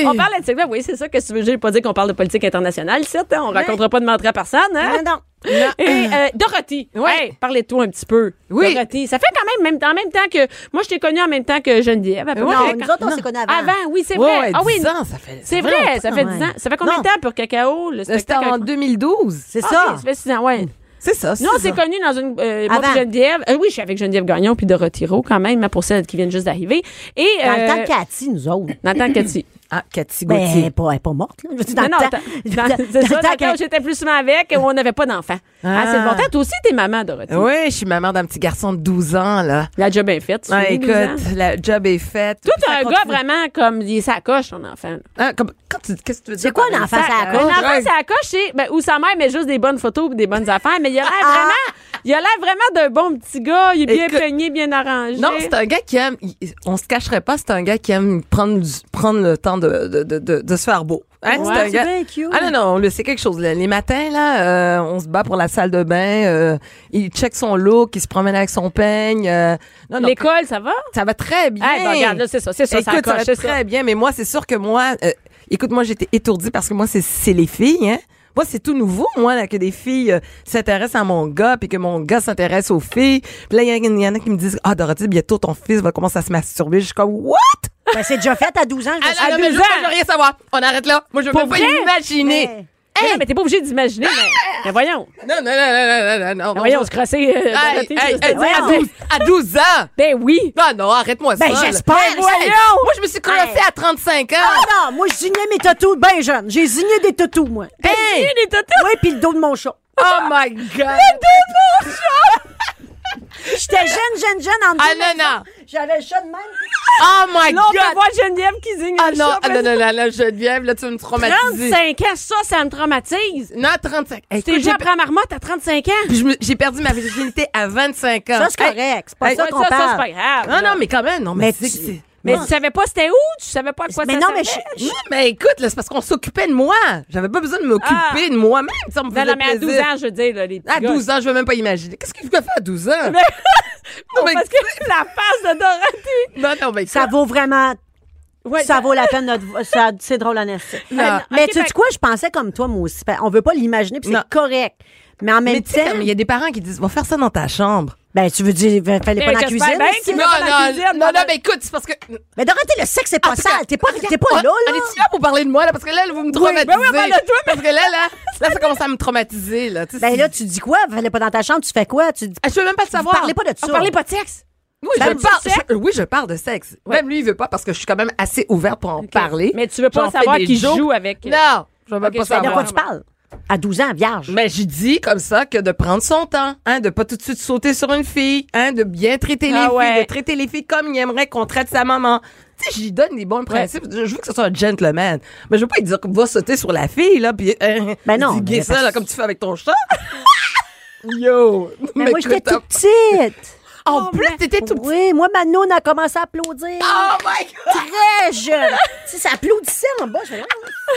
C: on parlait de sexe. Ben oui, c'est ça que tu veux. J'ai pas dit qu'on parle de politique internationale, certes. hein. On racontera pas de mentir à personne. Hein?
D: Non, non.
C: (laughs)
E: (laughs)
C: Et euh, Dorothy,
E: Ouais.
C: hey, parlez de toi un petit peu.
E: Oui.
C: Dorothy, ça fait quand même, même en même temps que moi je t'ai connue en même temps que Geneviève. à peu
E: Ouais.
C: près.
E: Non,
D: nous autres, on s'est connus avant.
C: Avant, oui, c'est
E: Ouais,
C: vrai.
E: ouais,
C: ah oui,
E: 10 ans, ça fait-
C: C'est
E: ça fait
C: vrai, ça fait 10
D: longtemps,
C: ans.
D: ouais.
C: Ça fait combien
D: Non.
C: de temps pour Cacao le
E: C'était
C: spectacle
E: en 2012.
D: C'est
C: Ah,
D: ça.
C: oui, ça fait 6 ans, ouais.
E: C'est ça.
C: Non, c'est
E: ça.
C: connu dans une. euh, moi,
D: Avant.
C: puis Geneviève. euh, oui, je suis avec Geneviève Gagnon puis Dorothy Rowe quand même, hein, pour celles qui viennent juste d'arriver. Et.
D: Dans le
C: euh,
D: temps de Cathy, nous autres. (laughs)
C: dans le temps de Cathy.
E: Ah, Cathy
D: Ben, elle
E: Gauthier.
D: est pas, elle est pas morte, là. Je veux dire, (laughs) dans
C: Non, non,
D: le
C: t'as-
D: temps-
C: dans- c'est ça,
D: dans- dans le
C: dans
D: temps
C: le temps où
D: qu'elle-
C: j'étais plus souvent avec, où on n'avait pas d'enfants. Ah,
E: Ah.
C: c'est longtemps. Toi aussi, t'es maman, Dorothy.
E: Oui, je suis maman d'un petit garçon de 12 ans, là.
C: La job est faite. tu
E: Ah,
C: finis
E: écoute,
C: douze ans.
E: la job est faite.
C: Toi, t'es
E: Ça
C: un
E: continue.
C: gars vraiment comme il s'acoche, ton enfant. là.
E: Ah, comme- quand tu- Qu'est-ce que tu veux dire?
D: C'est quoi
E: par
D: un
E: là?
D: enfant
E: Ça-
D: à la
C: Un
D: coche?
C: enfant, ça coche, c'est ben, où sa mère met juste des bonnes photos et des bonnes affaires, mais il a
D: Ah.
C: l'air vraiment, il a l'air vraiment d'un bon petit gars. Il est bien
E: Écoute-
C: peigné, bien arrangé.
E: Non, c'est un gars qui aime. il- On se cacherait pas, c'est un gars qui aime prendre, du- prendre le temps de, de, de, de- de se faire beau. Hein,
D: Ouais,
E: c'est un
D: c'est
E: gars.
D: bien cute.
E: Ah non, non, le- c'est quelque chose. là. Les matins, là, euh, on se bat pour la salle de bain. euh, il check son look, il se promène avec son peigne. euh, non, non,
C: L'école, ça va?
E: ça va très bien.
C: Eh ben, regarde, là, c'est ça, c'est ça, ça
E: Écoute, ça va
C: accroche, c'est
E: très
C: ça.
E: bien, mais moi, c'est sûr que moi, euh, écoute, moi, j'étais étourdie parce que moi, c'est- c'est les filles, hein. Moi, c'est tout nouveau, moi, là, que des filles euh, s'intéressent à mon gars, puis que mon gars s'intéresse aux filles. Puis là, il y, en- y en a qui me disent, ah, Dorothy, bientôt ton fils va commencer à se masturber. Je suis comme, what?
D: Ben, c'est déjà fait à 12 ans, je me
E: Ah,
D: suis
E: non,
C: à
E: non, mais
C: deux
E: je-
C: ans.
E: je veux rien savoir. On arrête là. Moi, je veux
C: Pour
E: même pas
C: vrai?
E: imaginer.
D: Mais-
C: Mais non, Eh, mais t'es pas obligé d'imaginer, mais, mais voyons.
E: Non, non, non, non, non, non, non.
C: Mais voyons, on se crosser. euh,
E: Ah! Hey,
C: Dorothée,
E: hey,
C: je
E: hey,
C: te dis,
E: à 12 à 12 ans!
C: Ben oui.
E: Ah non, arrête-moi ça.
D: Ben,
E: là.
D: j'espère,
E: Hey,
D: voyons!
E: hey, Moi, je me suis crossée à 35 ans.
D: Ah non, moi, je zignais mes tatous bien jeune. J'ai zigné des tatous, moi.
E: Hey!
C: Il est total.
D: Oui, puis le dos de mon chat.
E: Oh my God!
D: J'étais jeune, jeune, jeune, en
E: Ah
D: deux
E: non, non!
D: J'avais le chat de même.
E: Oh my
C: Là, on peut
E: God!
C: voir Geneviève qui zigne
E: Ah
C: le
E: non,
C: chat,
E: ah non,
C: parce-
E: non, non, non, Geneviève, là, tu veux me traumatiser.
C: 35 ans, ça, ça me traumatise.
E: Non, 35. Hey,
C: T'es
E: écoute,
C: déjà
E: j'ai,
C: après la marmotte à 35 ans.
E: puis je me- j'ai perdu ma virginité à 25 ans.
D: Ça, c'est
E: Hey,
D: correct. C'est pas
E: hey,
D: ça
C: Ouais,
D: qu'on
C: ça, ça, c'est
D: parle.
C: pas grave.
E: Non,
C: là.
E: non, mais quand même, non, mais,
D: Mais
E: c'est que
D: tu-
E: c'est-
C: Mais tu savais pas c'était où? Tu savais pas à quoi
D: Mais
C: ça
D: non, mais
C: servait?
D: je-
E: Non, mais écoute, là, c'est parce qu'on s'occupait de moi. J'avais pas besoin de m'occuper
C: Ah.
E: de moi-même. tu sais, on me
C: Non,
E: faisait
C: non, mais à 12
E: plaisir. Ah,
C: ans, je veux dire, là, les petits
E: À
C: gars,
E: 12 ans, je veux même pas imaginer. Qu'est-ce que tu as fait à 12 ans? (laughs) non, mais,
C: Parce que (laughs) la face de Dorothy.
E: non, non, mais
D: Ça vaut vraiment
C: Ouais,
D: ça vaut la peine notre ça- c'est drôle en esti.
E: Non.
D: mais
C: Ok,
D: tu sais
C: ben-
D: quoi je pensais comme toi moi aussi Ben, on veut pas l'imaginer puis
E: Non.
D: c'est correct mais en même
E: Mais tu sais,
D: temps
E: comme il y a des parents qui disent, va faire ça dans ta chambre.
D: ben tu veux dire fa- fallait pas
C: Ben,
D: dans la
C: j'espère
D: cuisine
C: bien
D: aussi?
C: qu'il
E: Non,
C: va dans la
E: non,
C: cuisine,
E: non,
C: dans
E: non,
C: la-
E: mais écoute, c'est parce que.
D: mais Dorothée le sexe c'est
E: En
D: pas
E: tout
D: sale
E: cas,
D: Ah, t'es pas t'es pas
E: on,
D: là là
E: On est-tu là pour parler de moi, là? Parce que là, vous me traumatisez.
C: ben oui, on parle de toi,
E: Parce que là, là, là, ça commence à me traumatiser, là. tu sais,
D: ben
E: c'est-
D: là tu dis quoi fallait pas dans ta chambre tu fais quoi tu dis
E: Ah, Je veux même pas le savoir.
D: parlez pas de ça.
C: On parlait Ah, pas de sexe.
E: Oui,
D: parle
E: je
D: du
E: parle,
D: sexe?
E: je- oui, je parle de sexe. Même lui, il veut pas parce que je suis quand même assez ouverte pour en parler.
C: Mais tu veux pas
E: J'en fais
C: savoir
E: des
C: qui
E: jokes.
C: joue avec. euh,
E: Non, je veux même
C: Ok,
E: pas
C: je fais
D: de
E: savoir.
D: quoi tu parles à 12 ans vierge
E: Mais j'ai dit comme ça que de prendre son temps, hein, de pas tout de suite sauter sur une fille, hein, de bien traiter
C: Ah
E: les
C: ouais.
E: filles, de traiter les filles comme il aimerait qu'on traite sa maman. Tu sais, j'y donne des bons principes. Je je veux que ce soit un gentleman. Mais je veux pas lui dire qu'on va sauter sur la fille, là, puis hein,
D: Ben non,
E: diguer
D: mais
E: ça,
D: parce-
E: là, comme tu fais avec ton chat. (laughs) Yo!
D: mais, Ben, moi j'étais
E: écoute,
D: toute
E: (laughs)
D: petite
E: En plus, t'étais tout petit.
D: oui moi Manon a commencé à applaudir
E: Oh my God!
D: très jeune tu sais ça applaudissait en bas
E: (laughs)
D: je fais, Ah!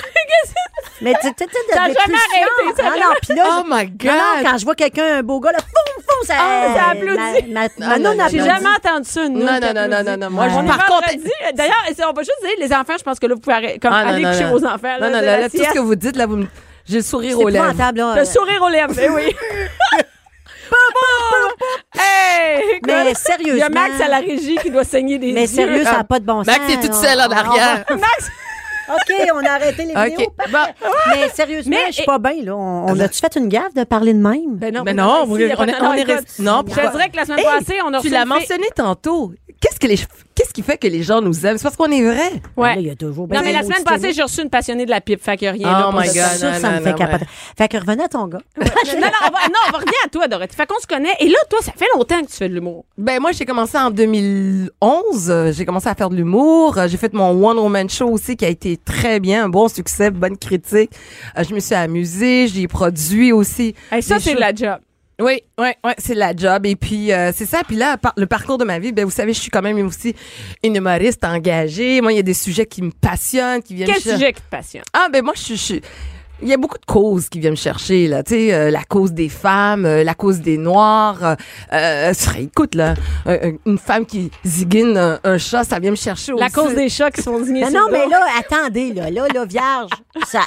D: mais tu tu- tu-
C: T'as
D: mais
C: jamais
D: plus
C: arrêté, ça
D: fière. Ah non non puis là
E: Oh my
D: Non, non,
E: God!
D: quand je vois quelqu'un, un beau gars, là, foum, foum, ça.
C: Ah, ça applaudit. Ah,
D: Ma, ma,
E: Non,
D: Manon
E: non,
D: applaudit.
C: J'ai jamais entendu ça. une
E: Non,
C: note
E: non, non,
C: applaudie.
E: non, non, non. Moi, je-
C: On est
E: par contre-
C: vendredi. D'ailleurs, c'est- on va juste dire, les enfants, je pense que là, vous pouvez arrêter- comme,
E: Ah, non,
C: aller
E: non,
C: coucher
E: non.
C: aux enfants.
E: Non, non,
C: c'est
E: là,
C: la
E: là, tout ce
C: sieste.
E: que vous dites, là, vous me- J'ai le sourire
D: C'est
E: aux lèvres.
D: épouvantable, là.
C: Le sourire aux lèvres, eh oui. (laughs) Hey, écoute,
D: Mais
C: Il y a
D: sérieusement.
C: Max à la régie qui doit saigner des
D: Mais
C: yeux.
D: sérieux, ça n'a pas de bon sens.
E: Max, t'es toute
D: On-
E: seule en
D: on-
E: arrière.
C: (laughs) Max,
D: on- OK, on a
C: (laughs)
D: arrêté les
E: Ah, OK. Bah, euh,
D: vidéos. parfait. Mais sérieusement,
C: Mais- Ah,
D: je suis pas bien, là. On, on a-tu fait une gaffe de parler de même?
C: Ben non,
E: Mais non, on est- on est- on est
C: écoute,
E: resté- non,
C: Je
E: pourquoi?
C: dirais que la semaine
E: Hey,
C: passée, on a reçu
E: Tu l'as
C: une fille-
E: mentionné tantôt. Qu'est-ce que les qu'est-ce qui fait que les gens nous aiment C'est parce qu'on est vrai.
D: Là,
C: Ouais.
D: il y a deux jours. ben,
C: Non, mais la
D: maudit
C: semaine passée,
D: télé.
C: j'ai reçu une passionnée de la pipe. Fait qu'il y a rien.
E: Oh
C: là, pour
E: my
C: ce
E: God,
C: soir.
D: Ça,
E: non,
D: ça me
E: non,
D: fait
E: non,
D: capoter. Fait que revenez à ton gars.
C: Non, non, on va, non, on va revenir à toi, Dorothy. Fait qu'on se connaît. Et là, toi, ça fait longtemps que tu fais de l'humour.
E: Ben moi j'ai commencé en 2011, Euh, j'ai commencé à faire de l'humour, Euh, j'ai fait mon one woman show aussi qui a été très bien, un bon succès, bonne critique. Euh, je me suis amusée, j'ai produit aussi.
C: Hey, ça,
E: des
C: c'est de
E: shows.
C: la job.
E: Oui, oui, oui, c'est de la job. Et puis, euh, c'est ça. Puis là, par- le parcours de ma vie, ben, vous savez, je suis quand même aussi une humoriste engagée. Moi, il y a des sujets qui me passionnent, qui viennent
C: Quel
E: me cher-
C: sujet qui te passionne?
E: Ah, ben, moi, je suis. je suis- Il y a beaucoup de causes qui viennent me chercher, là. Tu sais, euh, la cause des femmes, euh, la cause des Noirs. Euh, euh, ça, écoute, là, euh, euh, une femme qui ziguine un, un chat, ça vient me chercher
C: La
E: aussi.
C: cause des chats qui se font digner
D: Mais
C: sur
D: Ben non,
C: le
D: mais
C: dos.
D: là, attendez, là, là, là, vierge, ça,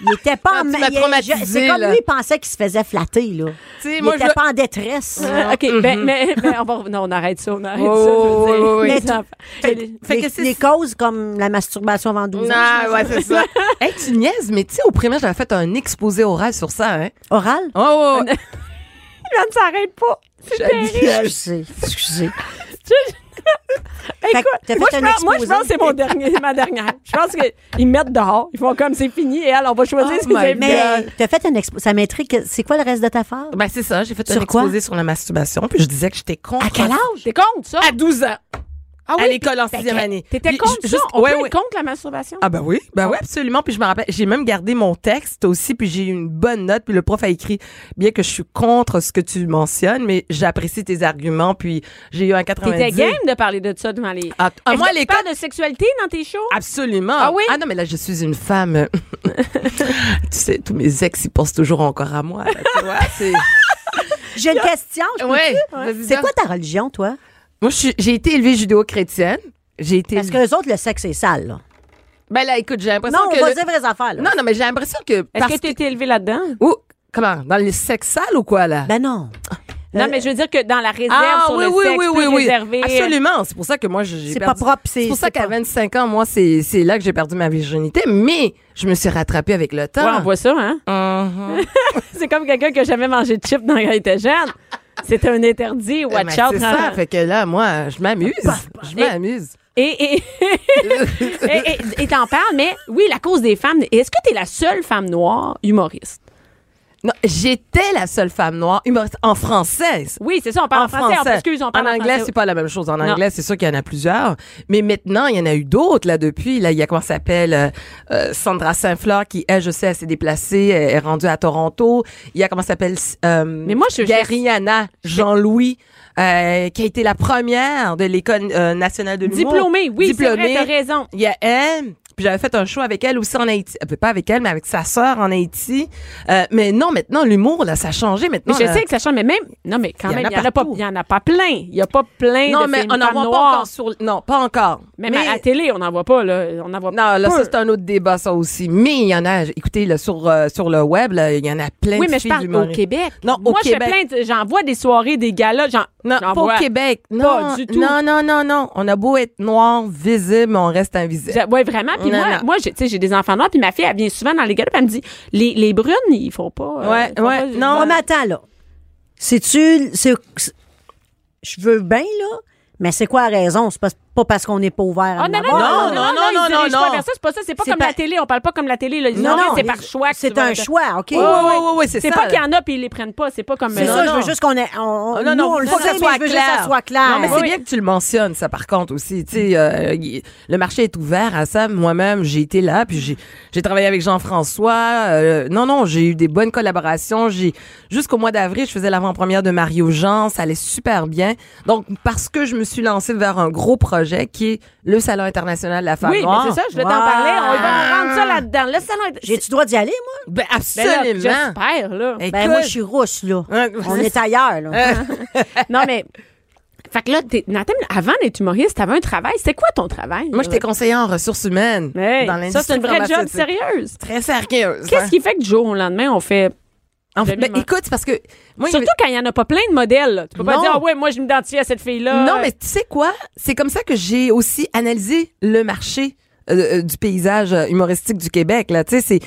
D: il était pas
E: Ah, tu
D: en-
E: m'as
D: il- je-
E: traumatisée,
D: C'est comme
E: là.
D: lui, il pensait qu'il se faisait flatter, là.
E: Tu sais,
D: Il
E: moi, je
D: était pas en détresse. là.
C: OK, ben, mais, mais on va... Non, on arrête ça, on arrête
E: Oh,
C: ça. je veux dire.
E: oui, oui, oui.
C: Les
D: Mais
C: enfants.
D: Fait,
E: fait
D: les-
E: que c'est-
D: les causes comme la masturbation hein, avant 12 ans.
E: Non, Ah, ouais, c'est
C: (laughs)
E: ça. hey, tu niaises, mais tu sais, au primaire, j'avais fait un exposé oral sur ça, hein.
D: Oral?
C: (laughs)
E: Oh, oh,
A: Euh,
C: Ça ne s'arrête pas. C'est terrible.
D: Excusez, excusez. Fait que
C: Écoute,
D: t'as fait
C: moi, je
D: un
C: pense, moi, je
D: exposé.
C: pense que c'est mon dernier, ma dernière. Je pense qu'ils me mettent dehors. Ils font comme c'est fini et alors on va choisir ce que
E: my
C: j'ai
D: Mais euh,
C: bien.
D: t'as fait un expo. Ça m'intrigue. C'est quoi le reste de ta phase?
E: Ben, c'est ça, j'ai fait
D: Sur
E: un
D: quoi?
E: exposé sur la masturbation, puis je disais que j'étais contre.
D: À quel âge?
C: T'es contre ça?
E: À 12 ans.
C: Ah
E: à l'école en
C: Fait que
E: sixième année.
C: T'étais
E: Puis
C: contre ça?
E: ju- juste-
C: On
E: ouais,
C: peut être
E: ouais.
C: contre la masturbation?
E: Ah ben oui, ben oui, absolument. Puis je me rappelle, j'ai même gardé mon texte aussi, puis j'ai eu une bonne note. Puis le prof a écrit, bien que je suis contre ce que tu mentionnes, mais j'apprécie tes arguments. Puis j'ai eu un 90.
C: T'étais game de parler de ça devant les...
E: Ah, t- ah,
C: Est-ce
E: moi,
C: que
E: à
C: tu
E: l'école,
C: parles de sexualité dans tes shows?
E: absolument.
C: Ah oui?
E: Ah non, mais là, je suis une femme. (laughs) tu sais, tous mes ex, ils pensent toujours encore à moi. là, tu (laughs) vois, c'est...
D: J'ai une question. je peux-
E: Ouais, vas-y,
D: C'est
E: donc.
D: quoi ta religion, toi?
E: Moi, je suis- j'ai été élevée judéo-chrétienne. J'ai été...
D: Parce que les autres, le sexe est sale, là.
E: Ben là, écoute, j'ai l'impression
D: Non, on
E: que...
D: va
E: le-
D: dire vraies affaires, là.
E: Non, non, mais j'ai l'impression que...
C: Est-ce
E: parce
C: que t'étais élevé là-dedans?
E: Ouh, comment? Dans le sexe sale ou quoi, là?
D: Ben non.
C: Non, mais je veux dire que dans la réserve
E: Ah,
C: sur le sexe, plus réservé.
E: Absolument. C'est pour ça que moi, j'ai j'ai
D: C'est
E: perdu-
D: pas propre, c'est-
E: C'est pour ça
D: c'est
E: qu'à
D: pas-
E: 25 ans, moi, c'est c'est là que j'ai perdu ma virginité, mais je me suis rattrapée avec le
C: Ouais, on
E: temps.
C: voit ça, hein?
E: Mhm.
C: C'est comme quelqu'un qui a jamais mangé de chips dans- quand il était jeune. C'était un interdit,
E: Ben,
C: watch out. hein?
E: C'est ça. Fait que là, moi, je m'amuse. Je m'amuse.
C: Et (laughs) et- et- et- et t'en parles, mais oui, la cause des femmes. Est-ce que t'es la seule femme noire humoriste?
E: Non, j'étais la seule femme noire humoriste en française.
C: Oui, c'est ça, on parle en, français. En, excuse, on parle
E: En anglais,
C: français.
E: c'est pas la même chose. En
C: Non.
E: anglais, c'est sûr qu'il y en a plusieurs. Mais maintenant, il y en a eu d'autres, là, depuis. Là, il y a, comment ça s'appelle, euh, euh, Sandra Saint-Fleur, qui, elle, je sais, elle s'est déplacée, elle est rendue à Toronto. Il y a, comment ça s'appelle, euh,
C: Mais moi, je-
E: Gariana Jean-Louis, euh, qui a été la première de l'École euh, nationale de l'humour.
C: Diplômée, oui, c'est vrai,
E: Diplômée.
C: t'as raison.
E: Il y a elle. Puis j'avais fait un show avec elle aussi en Haïti. Euh, Pas avec elle, mais avec sa sœur en Haïti. Euh, mais non, maintenant, l'humour, là, ça a changé.
C: Mais
E: Maintenant,
C: je
E: là-
C: sais que ça change, mais même. Non, mais quand
E: Il y en
C: même,
E: a
C: il y en a pas-
E: partout.
C: il y en a pas plein. Il y a pas plein
E: Non,
C: de
E: mais
C: films
E: on n'en
C: femmes
E: voit pas
C: noires.
E: encore sur... Non, pas encore.
C: Même à la télé, on n'en voit pas, là. On en voit
E: Non, là,
C: peu.
E: ça, c'est un autre débat, ça aussi. Mais il y en a, écoutez, là, sur, euh, sur le web, là, il y en a plein
C: Oui,
E: de
C: mais je
E: filles
C: parle au
E: d'humoristes.
C: Québec.
E: Non, au
C: Moi, je fais
E: Québec.
C: plein de- j'en vois des soirées, des galas, j'en
E: Non,
C: j'en
E: pas au
C: vois.
E: Québec. Non,
C: Pas du tout.
E: Non, non, non, non. On a beau être noir, visible, mais on reste invisible.
C: J'a- Ouais, vraiment. Puis
E: Non,
C: moi,
E: non.
C: moi j'ai- tu sais, j'ai des enfants noirs, puis ma fille, elle vient souvent dans les galas, puis elle me dit, les, les brunes, ils font pas. euh,
E: Ouais,
C: ils font
E: ouais,
C: pas-
E: non,
D: Oh,
C: Ouais.
D: mais attends, là. C'est-tu. c'est- c'est- Je veux bien, là, mais c'est quoi la raison? C'est pas, pas parce qu'on n'est pas ouvert à
C: Ah, non,
D: en
C: non, non,
D: avoir.
C: non, non, non, non,
E: non,
C: non,
E: non.
C: non, c'est pas ça, c'est pas
D: C'est
C: comme
D: pas-
C: la télé, on parle pas comme la télé, là.
D: Non, non,
C: c'est
D: mais
C: par choix. que tu
D: C'est
C: vas-
D: un choix, OK?
E: Ouais, ouais, ouais, ouais, c'est
C: C'est
E: ça.
C: pas
E: là.
C: qu'il y en a, puis ils les prennent pas, c'est pas comme. euh,
D: C'est
E: Non,
D: ça,
E: non.
D: je
E: Ah,
D: veux juste qu'on ait. on- on-
E: Non,
D: nous,
E: non,
D: on le
E: faut que
D: sait,
E: ça
D: mais
E: soit
D: je veux juste que ça
E: clair.
D: soit clair.
E: Non, mais c'est
C: Oui.
E: bien que tu le mentionnes, ça, par contre, aussi. Tu sais, euh, y- le marché est ouvert à ça. Moi-même, j'ai été là, puis j'ai, j'ai travaillé avec Jean-François. Euh, non, non, j'ai eu des bonnes collaborations. J'ai, jusqu'au mois d'avril, je faisais l'avant-première de Mario Jean. Ça allait super bien. Donc, parce que je me suis lancée vers un gros projet qui est le Salon international de la femme
C: Oui, mais
E: noire.
C: c'est ça, je vais t'en
D: Wow.
C: parler, on va rendre ça là-dedans. Le salon.
D: J'ai-tu le droit d'y aller, moi?
E: Ben,
C: Ben là,
E: absolument.
C: J'espère, là.
E: Écoute, hein,
D: Ben, moi, je suis rousse, là.
E: Ouais. Euh,
D: On est ailleurs, là.
C: Non, mais. Fait que là, t'es- Nathan, avant d'être humoriste, t'avais un travail. C'était quoi ton travail?
E: moi, j'étais conseillère en ressources humaines.
C: Hey,
E: dans
C: ça, c'est
E: l'industrie
C: une vraie job
E: pharmaceutique.
C: sérieuse.
E: Très sérieuse. hein.
C: Qu'est-ce qui fait que du jour au lendemain, on fait.
E: En fait, ben,
C: Absolument.
E: écoute, c'est parce que moi, il y
C: Surtout quand il n'y en a pas plein de modèles. là. Tu peux pas
E: Non.
C: dire, ah ouais, moi, je m'identifie à cette fille-là.
E: Non, mais tu sais quoi? C'est comme ça que j'ai aussi analysé le marché euh, euh, du paysage euh, humoristique du Québec là tu sais c'est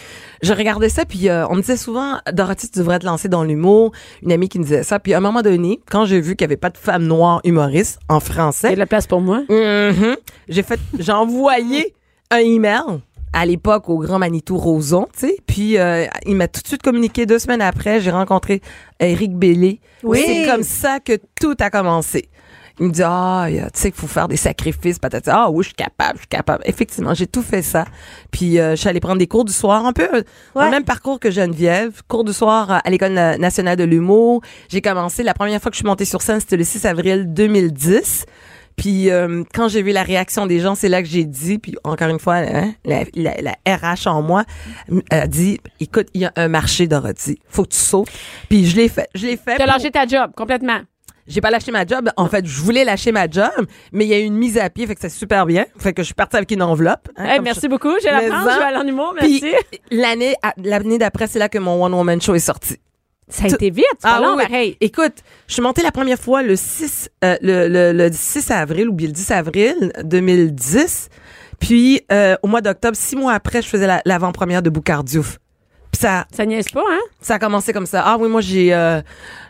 E: je regardais ça puis euh, on me disait souvent Dorothy tu devrais te lancer dans l'humour une amie qui me disait ça puis à un moment donné quand j'ai vu qu'il y avait pas de femme noire humoriste en
C: Il y a
E: français
C: de la place pour moi.
E: mhm, j'ai fait j'ai envoyé un email à l'époque au grand Manitou Roson tu sais puis euh, il m'a tout de suite communiqué deux semaines après j'ai rencontré Eric Bellé
D: Oui.
E: c'est comme ça que tout a commencé. Il me dit, ah, il y a- tu sais qu'il faut faire des sacrifices, patati. Ah oui, je suis capable, je suis capable. Effectivement, j'ai tout fait ça. Puis, euh, je suis allée prendre des cours du soir, un peu euh, dans
D: Ouais.
E: le même parcours que Geneviève. Cours du soir euh, à l'École na- nationale de l'humour. J'ai commencé, la première fois que je suis montée sur scène, c'était le 6 avril 2010. Puis, euh, quand j'ai vu la réaction des gens, c'est là que j'ai dit, puis encore une fois, hein, la, la- la RH en moi m- a dit, écoute, il y a un marché, Dorothy. Faut que tu sautes. Puis, je l'ai fait. Je l'ai fait.
C: T'as
E: pour-
C: lâché ta job complètement.
E: j'ai pas lâché ma job. En fait, je voulais lâcher ma job, mais il y a eu une mise à pied, fait que c'est super bien. Fait que je suis partie avec une enveloppe. hein,
C: Hey,
E: comme
C: Eh, merci
E: je-
C: beaucoup. J'ai la
E: Mais
C: prendre.
E: en-
C: Je vais aller en humour.
E: Puis
C: Merci.
E: l'année, à- l'année d'après, c'est là que mon One Woman Show est sorti.
C: ça a été vite. c'est pas long,
E: oui, oui.
C: mais hey.
E: Écoute, je suis montée la première fois le 6, euh, le, le, le 6 avril ou bien le 10 avril 2010. Puis euh, au mois d'octobre, six mois après, je faisais la- l'avant-première de Boucardiouf. Puis ça
C: Ça niaise pas, hein?
E: ça a commencé comme ça. Ah oui, moi j'ai euh,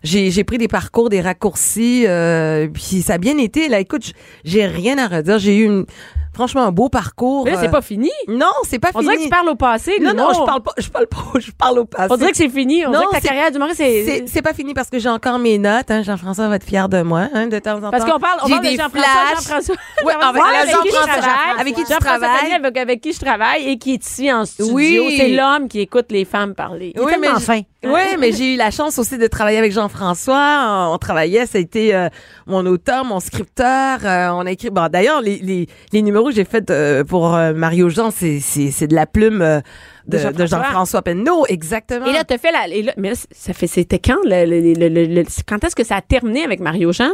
E: j'ai j'ai pris des parcours, des raccourcis, euh, puis ça a bien été. Là, écoute, j- j'ai rien à redire. J'ai eu une, franchement un beau parcours.
C: Mais là, c'est
E: euh,
C: pas fini.
E: Non, c'est pas
C: On
E: fini.
C: dirait que tu parles au passé.
E: Non, non,
C: l'humour.
E: je parle pas. Je parle pas. (laughs) Je parle au passé.
C: On dirait que c'est fini. On
E: Non,
C: dirait que ta
E: c'est-
C: carrière d'humoriste,
E: c'est
C: c'est.
E: c'est pas fini parce que j'ai encore mes notes. Hein. Jean-François va être fier de moi hein, de temps en temps.
C: Parce qu'on parle, on
E: J'ai
C: parle de
E: des
C: Jean-François,
E: flashs.
C: Jean-François.
E: (laughs) Ouais,
C: Jean-François
E: avec la
C: qui je
E: Jean-François,
C: travaille.
E: avec qui tu
C: Jean-François
E: travailles.
C: Pagny, Avec, avec qui je travaille et qui est ici en studio.
E: Oui.
C: C'est l'homme qui écoute les femmes parler.
D: est tellement
E: j-
D: fin.
C: (laughs)
E: Ouais, mais j'ai eu la chance aussi de travailler avec Jean-François. Euh, On travaillait, ça a été euh, mon auteur, mon scripteur. euh, on a écrit. Bon, d'ailleurs, les, les, les numéros que j'ai faits euh, pour euh, Mario Jean, c'est, c'est, c'est de la plume euh,
C: De
E: de,
C: Jean-François.
E: de Jean-François Penneau, exactement.
C: Et là, t'as fait la. et là- mais là, c'est- ça fait. C'était quand? Le, le- le- le- le- quand est-ce que ça a terminé avec Mario Jean?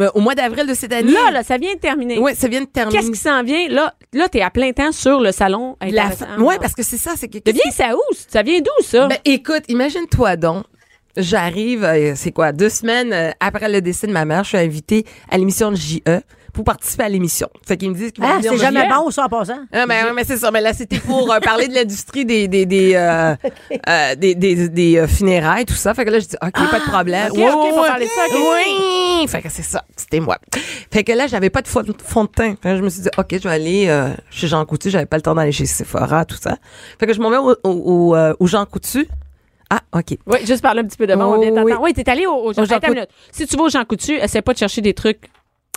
E: Euh, au mois d'avril de cette année.
C: Là, là, ça vient de terminer.
E: Ouais, ça vient de terminer.
C: Qu'est-ce qui s'en vient? Là, là t'es à plein temps sur le salon.
E: la fin- Ouais, parce que c'est ça, c'est que.
C: Ça vient ça où? Ça vient d'où, ça?
E: Ben, écoute, imagine-toi donc. J'arrive, euh, c'est quoi, deux semaines euh, après le décès de ma mère, je suis invitée à l'émission de JE pour participer à l'émission. Fait qu'ils me disent qu'ils vont
D: Ah,
E: venir
D: c'est
E: me
D: jamais
C: hier.
D: bon, ça, en passant.
E: Ah, mais, ouais, mais c'est ça. Mais là, c'était pour euh, parler de l'industrie des des
C: (laughs)
E: des, euh, euh, des, des, des, euh, funérailles, tout ça. Fait que là, je dis, OK, pas de problème.
C: Ah, ok, ok, on va parler de ça, ok.
E: Oui! Fait que c'est ça. C'était moi. Fait que là, j'avais pas de fond, fond de teint. Fait que je me suis dit, OK, je vais aller euh, chez Jean Coutu. J'avais pas le temps d'aller chez Sephora, tout ça. Fait que je m'en vais au, au, au, euh, au Jean Coutu. Ah, OK.
C: Oui, juste parler un petit peu devant.
E: Oh,
C: on vient de t'entendre.
E: oui.
C: Oui, t'es allé au, au Jean,
E: Jean
C: Attends une minute.
E: Coutu.
C: Si tu vas au Jean Coutu, essaie pas de chercher des trucs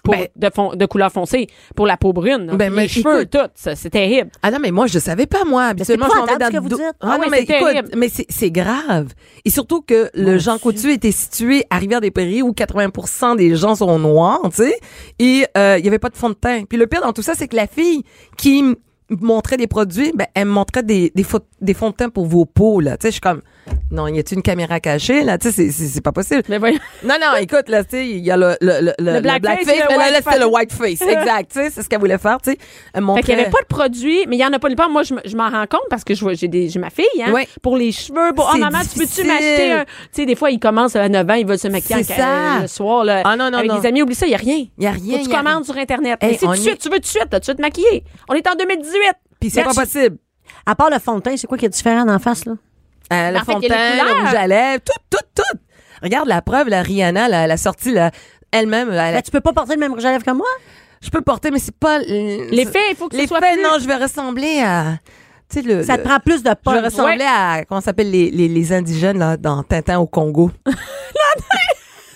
C: pour-
E: Ben-
C: de, fond, de couleur foncée pour la peau brune. les
E: Ben, mais
C: cheveux,
E: écoute-
C: tout. ça, C'est terrible.
E: Ah non, mais moi, je savais pas, moi. Habituellement,
D: c'est
E: je m'en vais
D: épouvantable
E: dans
D: ce que
E: le
D: vous
E: dos.
D: dites.
E: Ah,
C: Ah
E: non,
C: ouais,
E: mais
C: c'est terrible.
E: écoute, mais c'est- c'est grave. Et surtout que le Jean Coutu était situé à Rivière-des-Prairies où 80 des gens sont noirs, tu sais, et euh, il y avait pas de fond de teint. Puis le pire dans tout ça, c'est que la fille qui me montrait des produits, ben, elle me montrait des, des, faux- des fonds de teint pour vos peaux, là. Tu sais, je suis comme, non, y a-tu une caméra cachée, là? Tu sais, c'est- c'est c'est pas possible.
C: Mais voyons.
E: Non, non, écoute, là, tu sais, il y a le, le, le, le- le
C: blackface,
E: blackface,
C: le
E: mais là, là,
C: whiteface.
E: c'est
C: (laughs)
E: le whiteface. Exact, tu sais, c'est ce qu'elle voulait faire, tu sais. Elle
C: Fait qu'il n'y avait
E: montrait-
C: pas de produit, mais il n'y en a pas nulle part. Moi, je, me- je m'en rends compte parce que je vois- j'ai des- j'ai ma fille, hein,
E: Ouais.
C: pour les cheveux. Pour, oh,
E: C'est
C: maman, tu peux-tu
E: difficile.
C: m'acheter un. Tu sais, des fois, ils commencent à 9 ans, ils veulent se maquiller
E: C'est
C: en-
E: ça.
C: le soir, là,
E: Ah, non, non,
C: avec
E: non.
C: des amis. Oublie ça, il n'y a rien.
E: Il y a rien,
C: Faut que
E: il y
C: tu
E: a
C: commandes
E: rien.
C: sur Internet.
E: Hey,
C: Mais si
E: on
C: tout de
E: est-
C: suite, tu veux tout de suite, là, tu veux te maquiller. On est en 2018.
E: Puis c'est
C: Là,
E: pas
C: tu-
E: possible.
D: À part le fond de teint, c'est quoi qui est différent en face, là?
E: Euh, le
C: En fait,
E: fond de
C: il y a les
E: teint,
C: couleurs.
E: le rouge à lèvres, tout, tout, tout. Regarde la preuve, la Rihanna, la, la sortie, la- elle-même, elle-
D: Ben, tu peux pas porter le même rouge à lèvres que moi?
E: je peux porter, mais c'est pas l'effet.
C: L'effet, il faut que ce soit
E: L'effet,
C: plus-
E: non, je vais ressembler à, tu sais, le,
D: Ça te
E: le-
D: prend plus de
E: Euh, je vais
D: punch.
E: ressembler à, comment ça s'appelle, les, les, les indigènes, là, dans Tintin au Congo.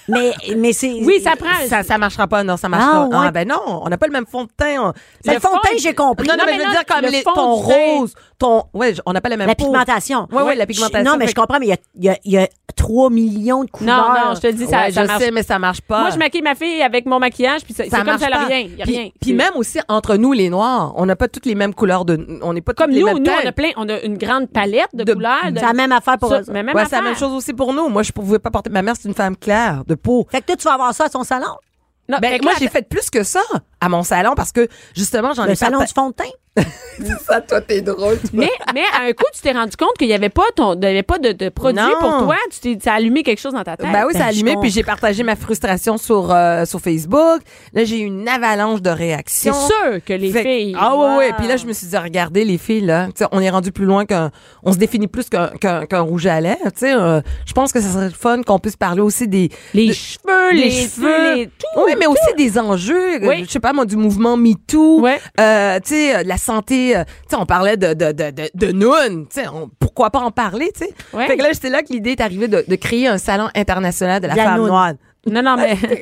D: Mais, mais c'est.
C: Oui, ça prend.
E: Ça, ça marchera pas, non, ça
D: Ah,
E: marchera pas.
D: ouais.
E: Ah, ben non, on n'a pas le même fond de teint. on-
D: C'est le fond de teint, j'ai compris.
E: Non, non,
C: Non, mais
E: mais, je veux
C: là,
E: dire, comme
C: le
E: les,
C: fond
E: ton
C: du teint.
E: rose, ton, ouais, je- on n'a pas la même
D: La
E: peau.
D: pigmentation.
E: Ouais, ouais, la pigmentation.
D: Non, mais je
E: Fait que-
D: comprends, mais il y a, il y, a, il y a 3 millions de couleurs.
C: non, non, je te dis, ça,
E: Ouais,
C: ça
E: je
C: marche.
E: sais, mais ça marche pas.
C: Moi, je maquille ma fille avec mon maquillage, puis ça- c'est
E: ça
C: comme
E: marche
C: ça, elle a
E: pas.
C: rien. Il n'y a
E: puis,
C: rien.
E: puis même aussi entre nous les noirs, on n'a pas toutes les mêmes couleurs de on n'est pas
C: Comme
E: toutes
C: nous,
E: les mêmes
C: nous,
E: teintes.
C: on a plein, on a une grande palette de,
E: De-
C: couleurs. de-
D: C'est la même affaire pour
C: Ça,
D: eux.
C: mais même
E: Ouais, c'est la
C: affaire.
E: même chose aussi pour nous. Moi, je pouvais pas porter ma mère, c'est une femme claire de peau.
D: Fait que toi, tu vas avoir ça à ton salon.
C: Non,
E: Ben,
C: fait que
E: moi,
C: là,
E: j'ai fait plus que ça à mon salon parce que justement, j'en ai
D: Le salon
E: parta-
D: du fond de teint.
E: ça, toi, t'es drôle. toi.
C: Mais, mais à un coup, tu t'es rendu compte qu'il n'y avait pas, ton, il y avait pas de, de produit
E: Non.
C: pour toi. Tu t'es, ça a allumé quelque chose dans ta tête.
E: Ben oui,
D: Ben,
E: ça a
D: je
E: allumé,
D: comprends.
E: puis j'ai partagé ma frustration sur, euh, sur Facebook. Là, j'ai eu une avalanche de
C: c'est
E: réactions.
C: sûr que les
E: Fait-
C: filles.
E: Ah ouais, ouais.
C: Wow.
E: Puis là, je me suis dit, regardez les filles, là. Tu sais, on est rendu plus loin qu'un. On se définit plus qu'un qu'un- qu'un rouge à lèvres. Tu sais, euh, je pense que ça serait le fun qu'on puisse parler aussi des.
C: Les
E: de-
C: cheveux, les, cheveux, les- tout.
E: oui, mais aussi des enjeux. euh,
C: Oui.
E: Je sais pas, moi, du mouvement MeToo.
C: Ouais.
E: Euh, tu sais, euh, de la santé. euh, tu sais, on parlait de, de, de, de, de Noon. Tu sais, on- pourquoi pas en parler, tu sais.
C: Ouais.
E: Fait que là, j'étais là que l'idée est arrivée de, de créer un salon international de la,
D: De la
E: femme
D: Noon.
E: noire.
C: Non, non, mais.
E: (laughs)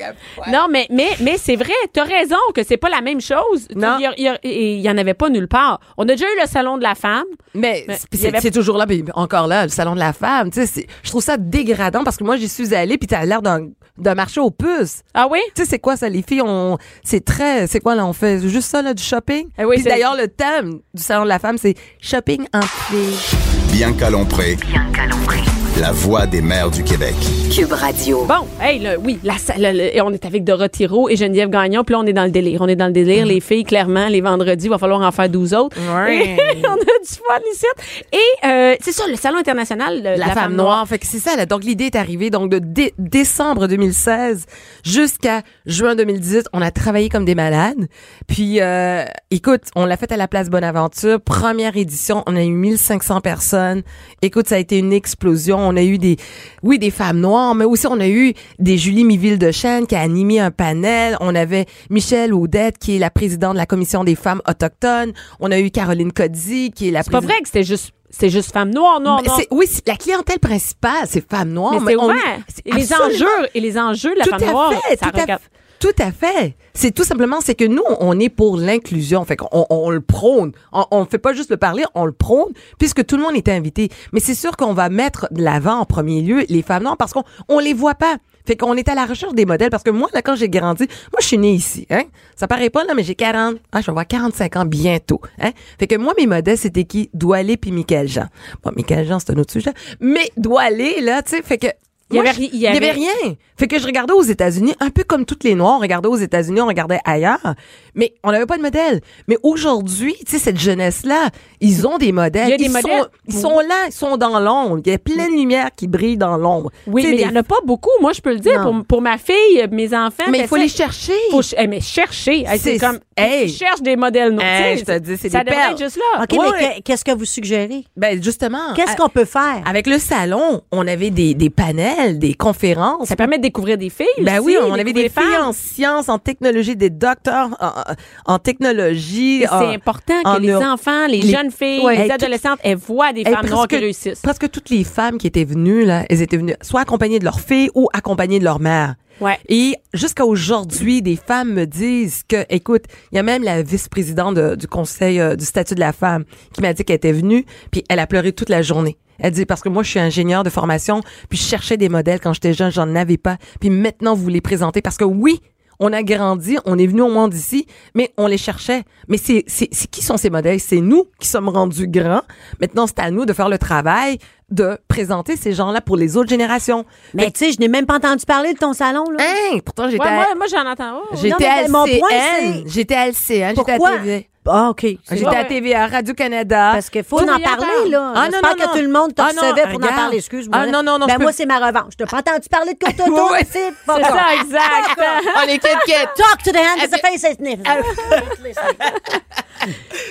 C: non, mais, mais, mais c'est vrai. T'as raison que c'est pas la même chose. Tu-
E: Non.
C: Il y a- il y, a- et il y en avait pas nulle part. On a déjà eu le salon de la femme.
E: Mais,
C: Mais
E: c'est-
C: il y
E: c'est
C: avait-
E: c'est toujours là, puis encore là, le salon de la femme. Tu sais, c'est- je trouve ça dégradant parce que moi, j'y suis allée, puis t'as l'air d'un d'un marché aux puces.
C: Ah oui?
E: Tu sais, c'est quoi ça, les filles? On, c'est très, c'est quoi là? On fait juste ça, là, du shopping.
C: Eh oui,
E: puis
C: c'est-
E: d'ailleurs, le thème du salon de la femme, c'est shopping en filles.
B: Bianca Lompré.
A: Bianca Lompré.
B: la voix des mères du Québec.
A: Cube Radio.
C: Bon, hey, là, oui, la, sa- le- le- et on est avec Dorothée Roux et Geneviève Gagnon, puis là, on est dans le délire. On est dans le délire, les filles, clairement, les vendredis, il va falloir en faire 12 autres.
E: Ouais.
C: Et (laughs) on a du fun ici. Et euh, c'est ça, le Salon international de la,
E: La, femme, noire. Fait que c'est ça. là. Donc, l'idée est arrivée. Donc, de dé- décembre 2016 jusqu'à juin 2018, on a travaillé comme des malades. Puis, euh, écoute, on l'a fait à la Place Bonaventure. Première édition, on a eu 1500 personnes. Écoute, ça a été une explosion. On a eu des, oui, des femmes noires, mais aussi on a eu des Julie Miville de Chêne qui a animé un panel. On avait Michel Audette, qui est la présidente de la Commission des femmes autochtones. On a eu Caroline Codzi, qui est la
C: C'est pas
E: présidente-
C: vrai que c'était juste, c'est juste femme noire, non,
E: mais
C: non.
E: c'est- oui, c'est- la clientèle principale, c'est femmes noires.
C: Mais c'est
E: on-
C: ouais.
E: c'est
C: Et les
E: absolument-
C: enjeux, et les enjeux de la
E: tout
C: femme
E: à
C: noire,
E: fait,
C: ça
E: tout à,
C: regarde.
E: tout à fait. C'est tout simplement, c'est que nous, on est pour l'inclusion. Fait qu'on on, on le prône. On, on fait pas juste le parler, on le prône, puisque tout le monde est invité. Mais c'est sûr qu'on va mettre de l'avant en premier lieu les femmes noires parce qu'on on les voit pas. Fait qu'on est à la recherche des modèles parce que moi, là, quand j'ai grandi, moi, je suis née ici, hein. Ça paraît pas, là, mais j'ai 40, ah, je vais avoir 45 ans bientôt, hein. Fait que moi, mes modèles, c'était qui? Doualé puis Michael Jean. Bon, Michael Jean, c'est un autre sujet. Mais Doualé, là, tu sais, fait que.
C: Il y
E: moi,
C: avait
E: je-
C: ri- il y
E: il y avait
C: avait-
E: rien. Fait que je regardais aux États-Unis, un peu comme toutes les Noirs, on regardait aux États-Unis, on regardait ailleurs, mais on n'avait pas de modèle. Mais aujourd'hui, tu sais, cette jeunesse-là, ils ont des modèles.
C: Il y a des
E: ils
C: modèles.
E: Sont, ils sont là, ils sont dans l'ombre. Il y a plein de lumière qui brille dans l'ombre.
C: Oui,
E: Tu sais,
C: mais il
E: des-
C: y en a pas beaucoup, moi, je peux le dire.
E: Non.
C: Pour, pour ma fille, mes enfants.
E: mais il
C: ben,
E: faut
C: ça,
E: les chercher.
C: faut ch- eh, mais chercher. Hey, c'est
E: C'est-
C: comme,
E: hey.
C: je cherche des modèles noirs.
E: Hey,
C: Tu
E: je te
C: sais,
E: dis, c'est
C: Ça
E: des
C: devrait
E: perles.
C: être juste là.
D: OK,
C: Ouais,
D: mais
C: ouais.
D: que- qu'est-ce que vous suggérez?
E: Ben justement.
D: Qu'est-ce
E: à-
D: qu'on peut faire?
E: avec le salon, on avait des, des panels, des conférences.
C: Ça permet de découvrir des filles.
E: Ben
C: aussi,
E: oui, on avait des
C: découvrir
E: filles en sciences, en technologie, des docteurs en, en- en technologie.
C: Et
E: en-
C: C'est important
E: Ah, en
C: que les
E: neuro-
C: enfants, les,
E: les-
C: jeunes filles,
E: Ouais.
C: les
E: Hey, tout-
C: adolescentes, elles voient des
E: Hey,
C: femmes noires qui réussissent.
E: presque toutes les femmes qui étaient venues, là, elles étaient venues soit accompagnées de leur fille ou accompagnées de leur mère.
C: Ouais.
E: Et jusqu'à aujourd'hui, des femmes me disent que, écoute, il y a même la vice-présidente de- du conseil euh, du statut de la femme qui m'a dit qu'elle était venue, puis elle a pleuré toute la journée. Elle dit parce que moi je suis ingénieure de formation, puis je cherchais des modèles quand j'étais jeune, j'en avais pas, puis maintenant vous les présentez parce que oui, on a grandi, on est venu au monde ici, mais on les cherchait. Mais c'est c'est c'est qui sont ces modèles C'est nous qui sommes rendus grands. Maintenant, c'est à nous de faire le travail de présenter ces gens-là pour les autres générations.
D: Mais tu sais, je n'ai même pas entendu parler de ton salon, là.
E: Hein, pourtant j'étais
C: Ouais,
E: à-
C: moi, moi j'en entends. oh.
D: Non,
E: J'étais
D: mais
E: à
D: mon point,
E: LCN.
D: c'est-
E: J'étais à LCN. J'étais à
D: Pourquoi?
E: TV.
D: Ah, OK. C'est
E: J'étais
D: bon.
E: à TVA, Radio-Canada.
D: Parce qu'il faut
C: Tout
D: en
C: y entend.
D: parler, là.
E: Ah, non,
D: J'espère
E: non,
D: que
E: non.
D: tout le monde te
E: Ah, non,
D: recevait pour en
E: regarde.
D: parler. Excuse-moi.
E: Ah,
D: là.
E: non, non, non,
D: Ben,
E: je peux-
D: moi, c'est ma revanche. Je t'ai pas entendu parler de Côte Auto,
E: (laughs) Ouais.
D: c'est
C: C'est
E: (laughs)
C: ça, exact.
E: On est quête-quête.
D: Talk to the
E: Eh
D: hand, it's a
E: ben-
D: face it's sniff.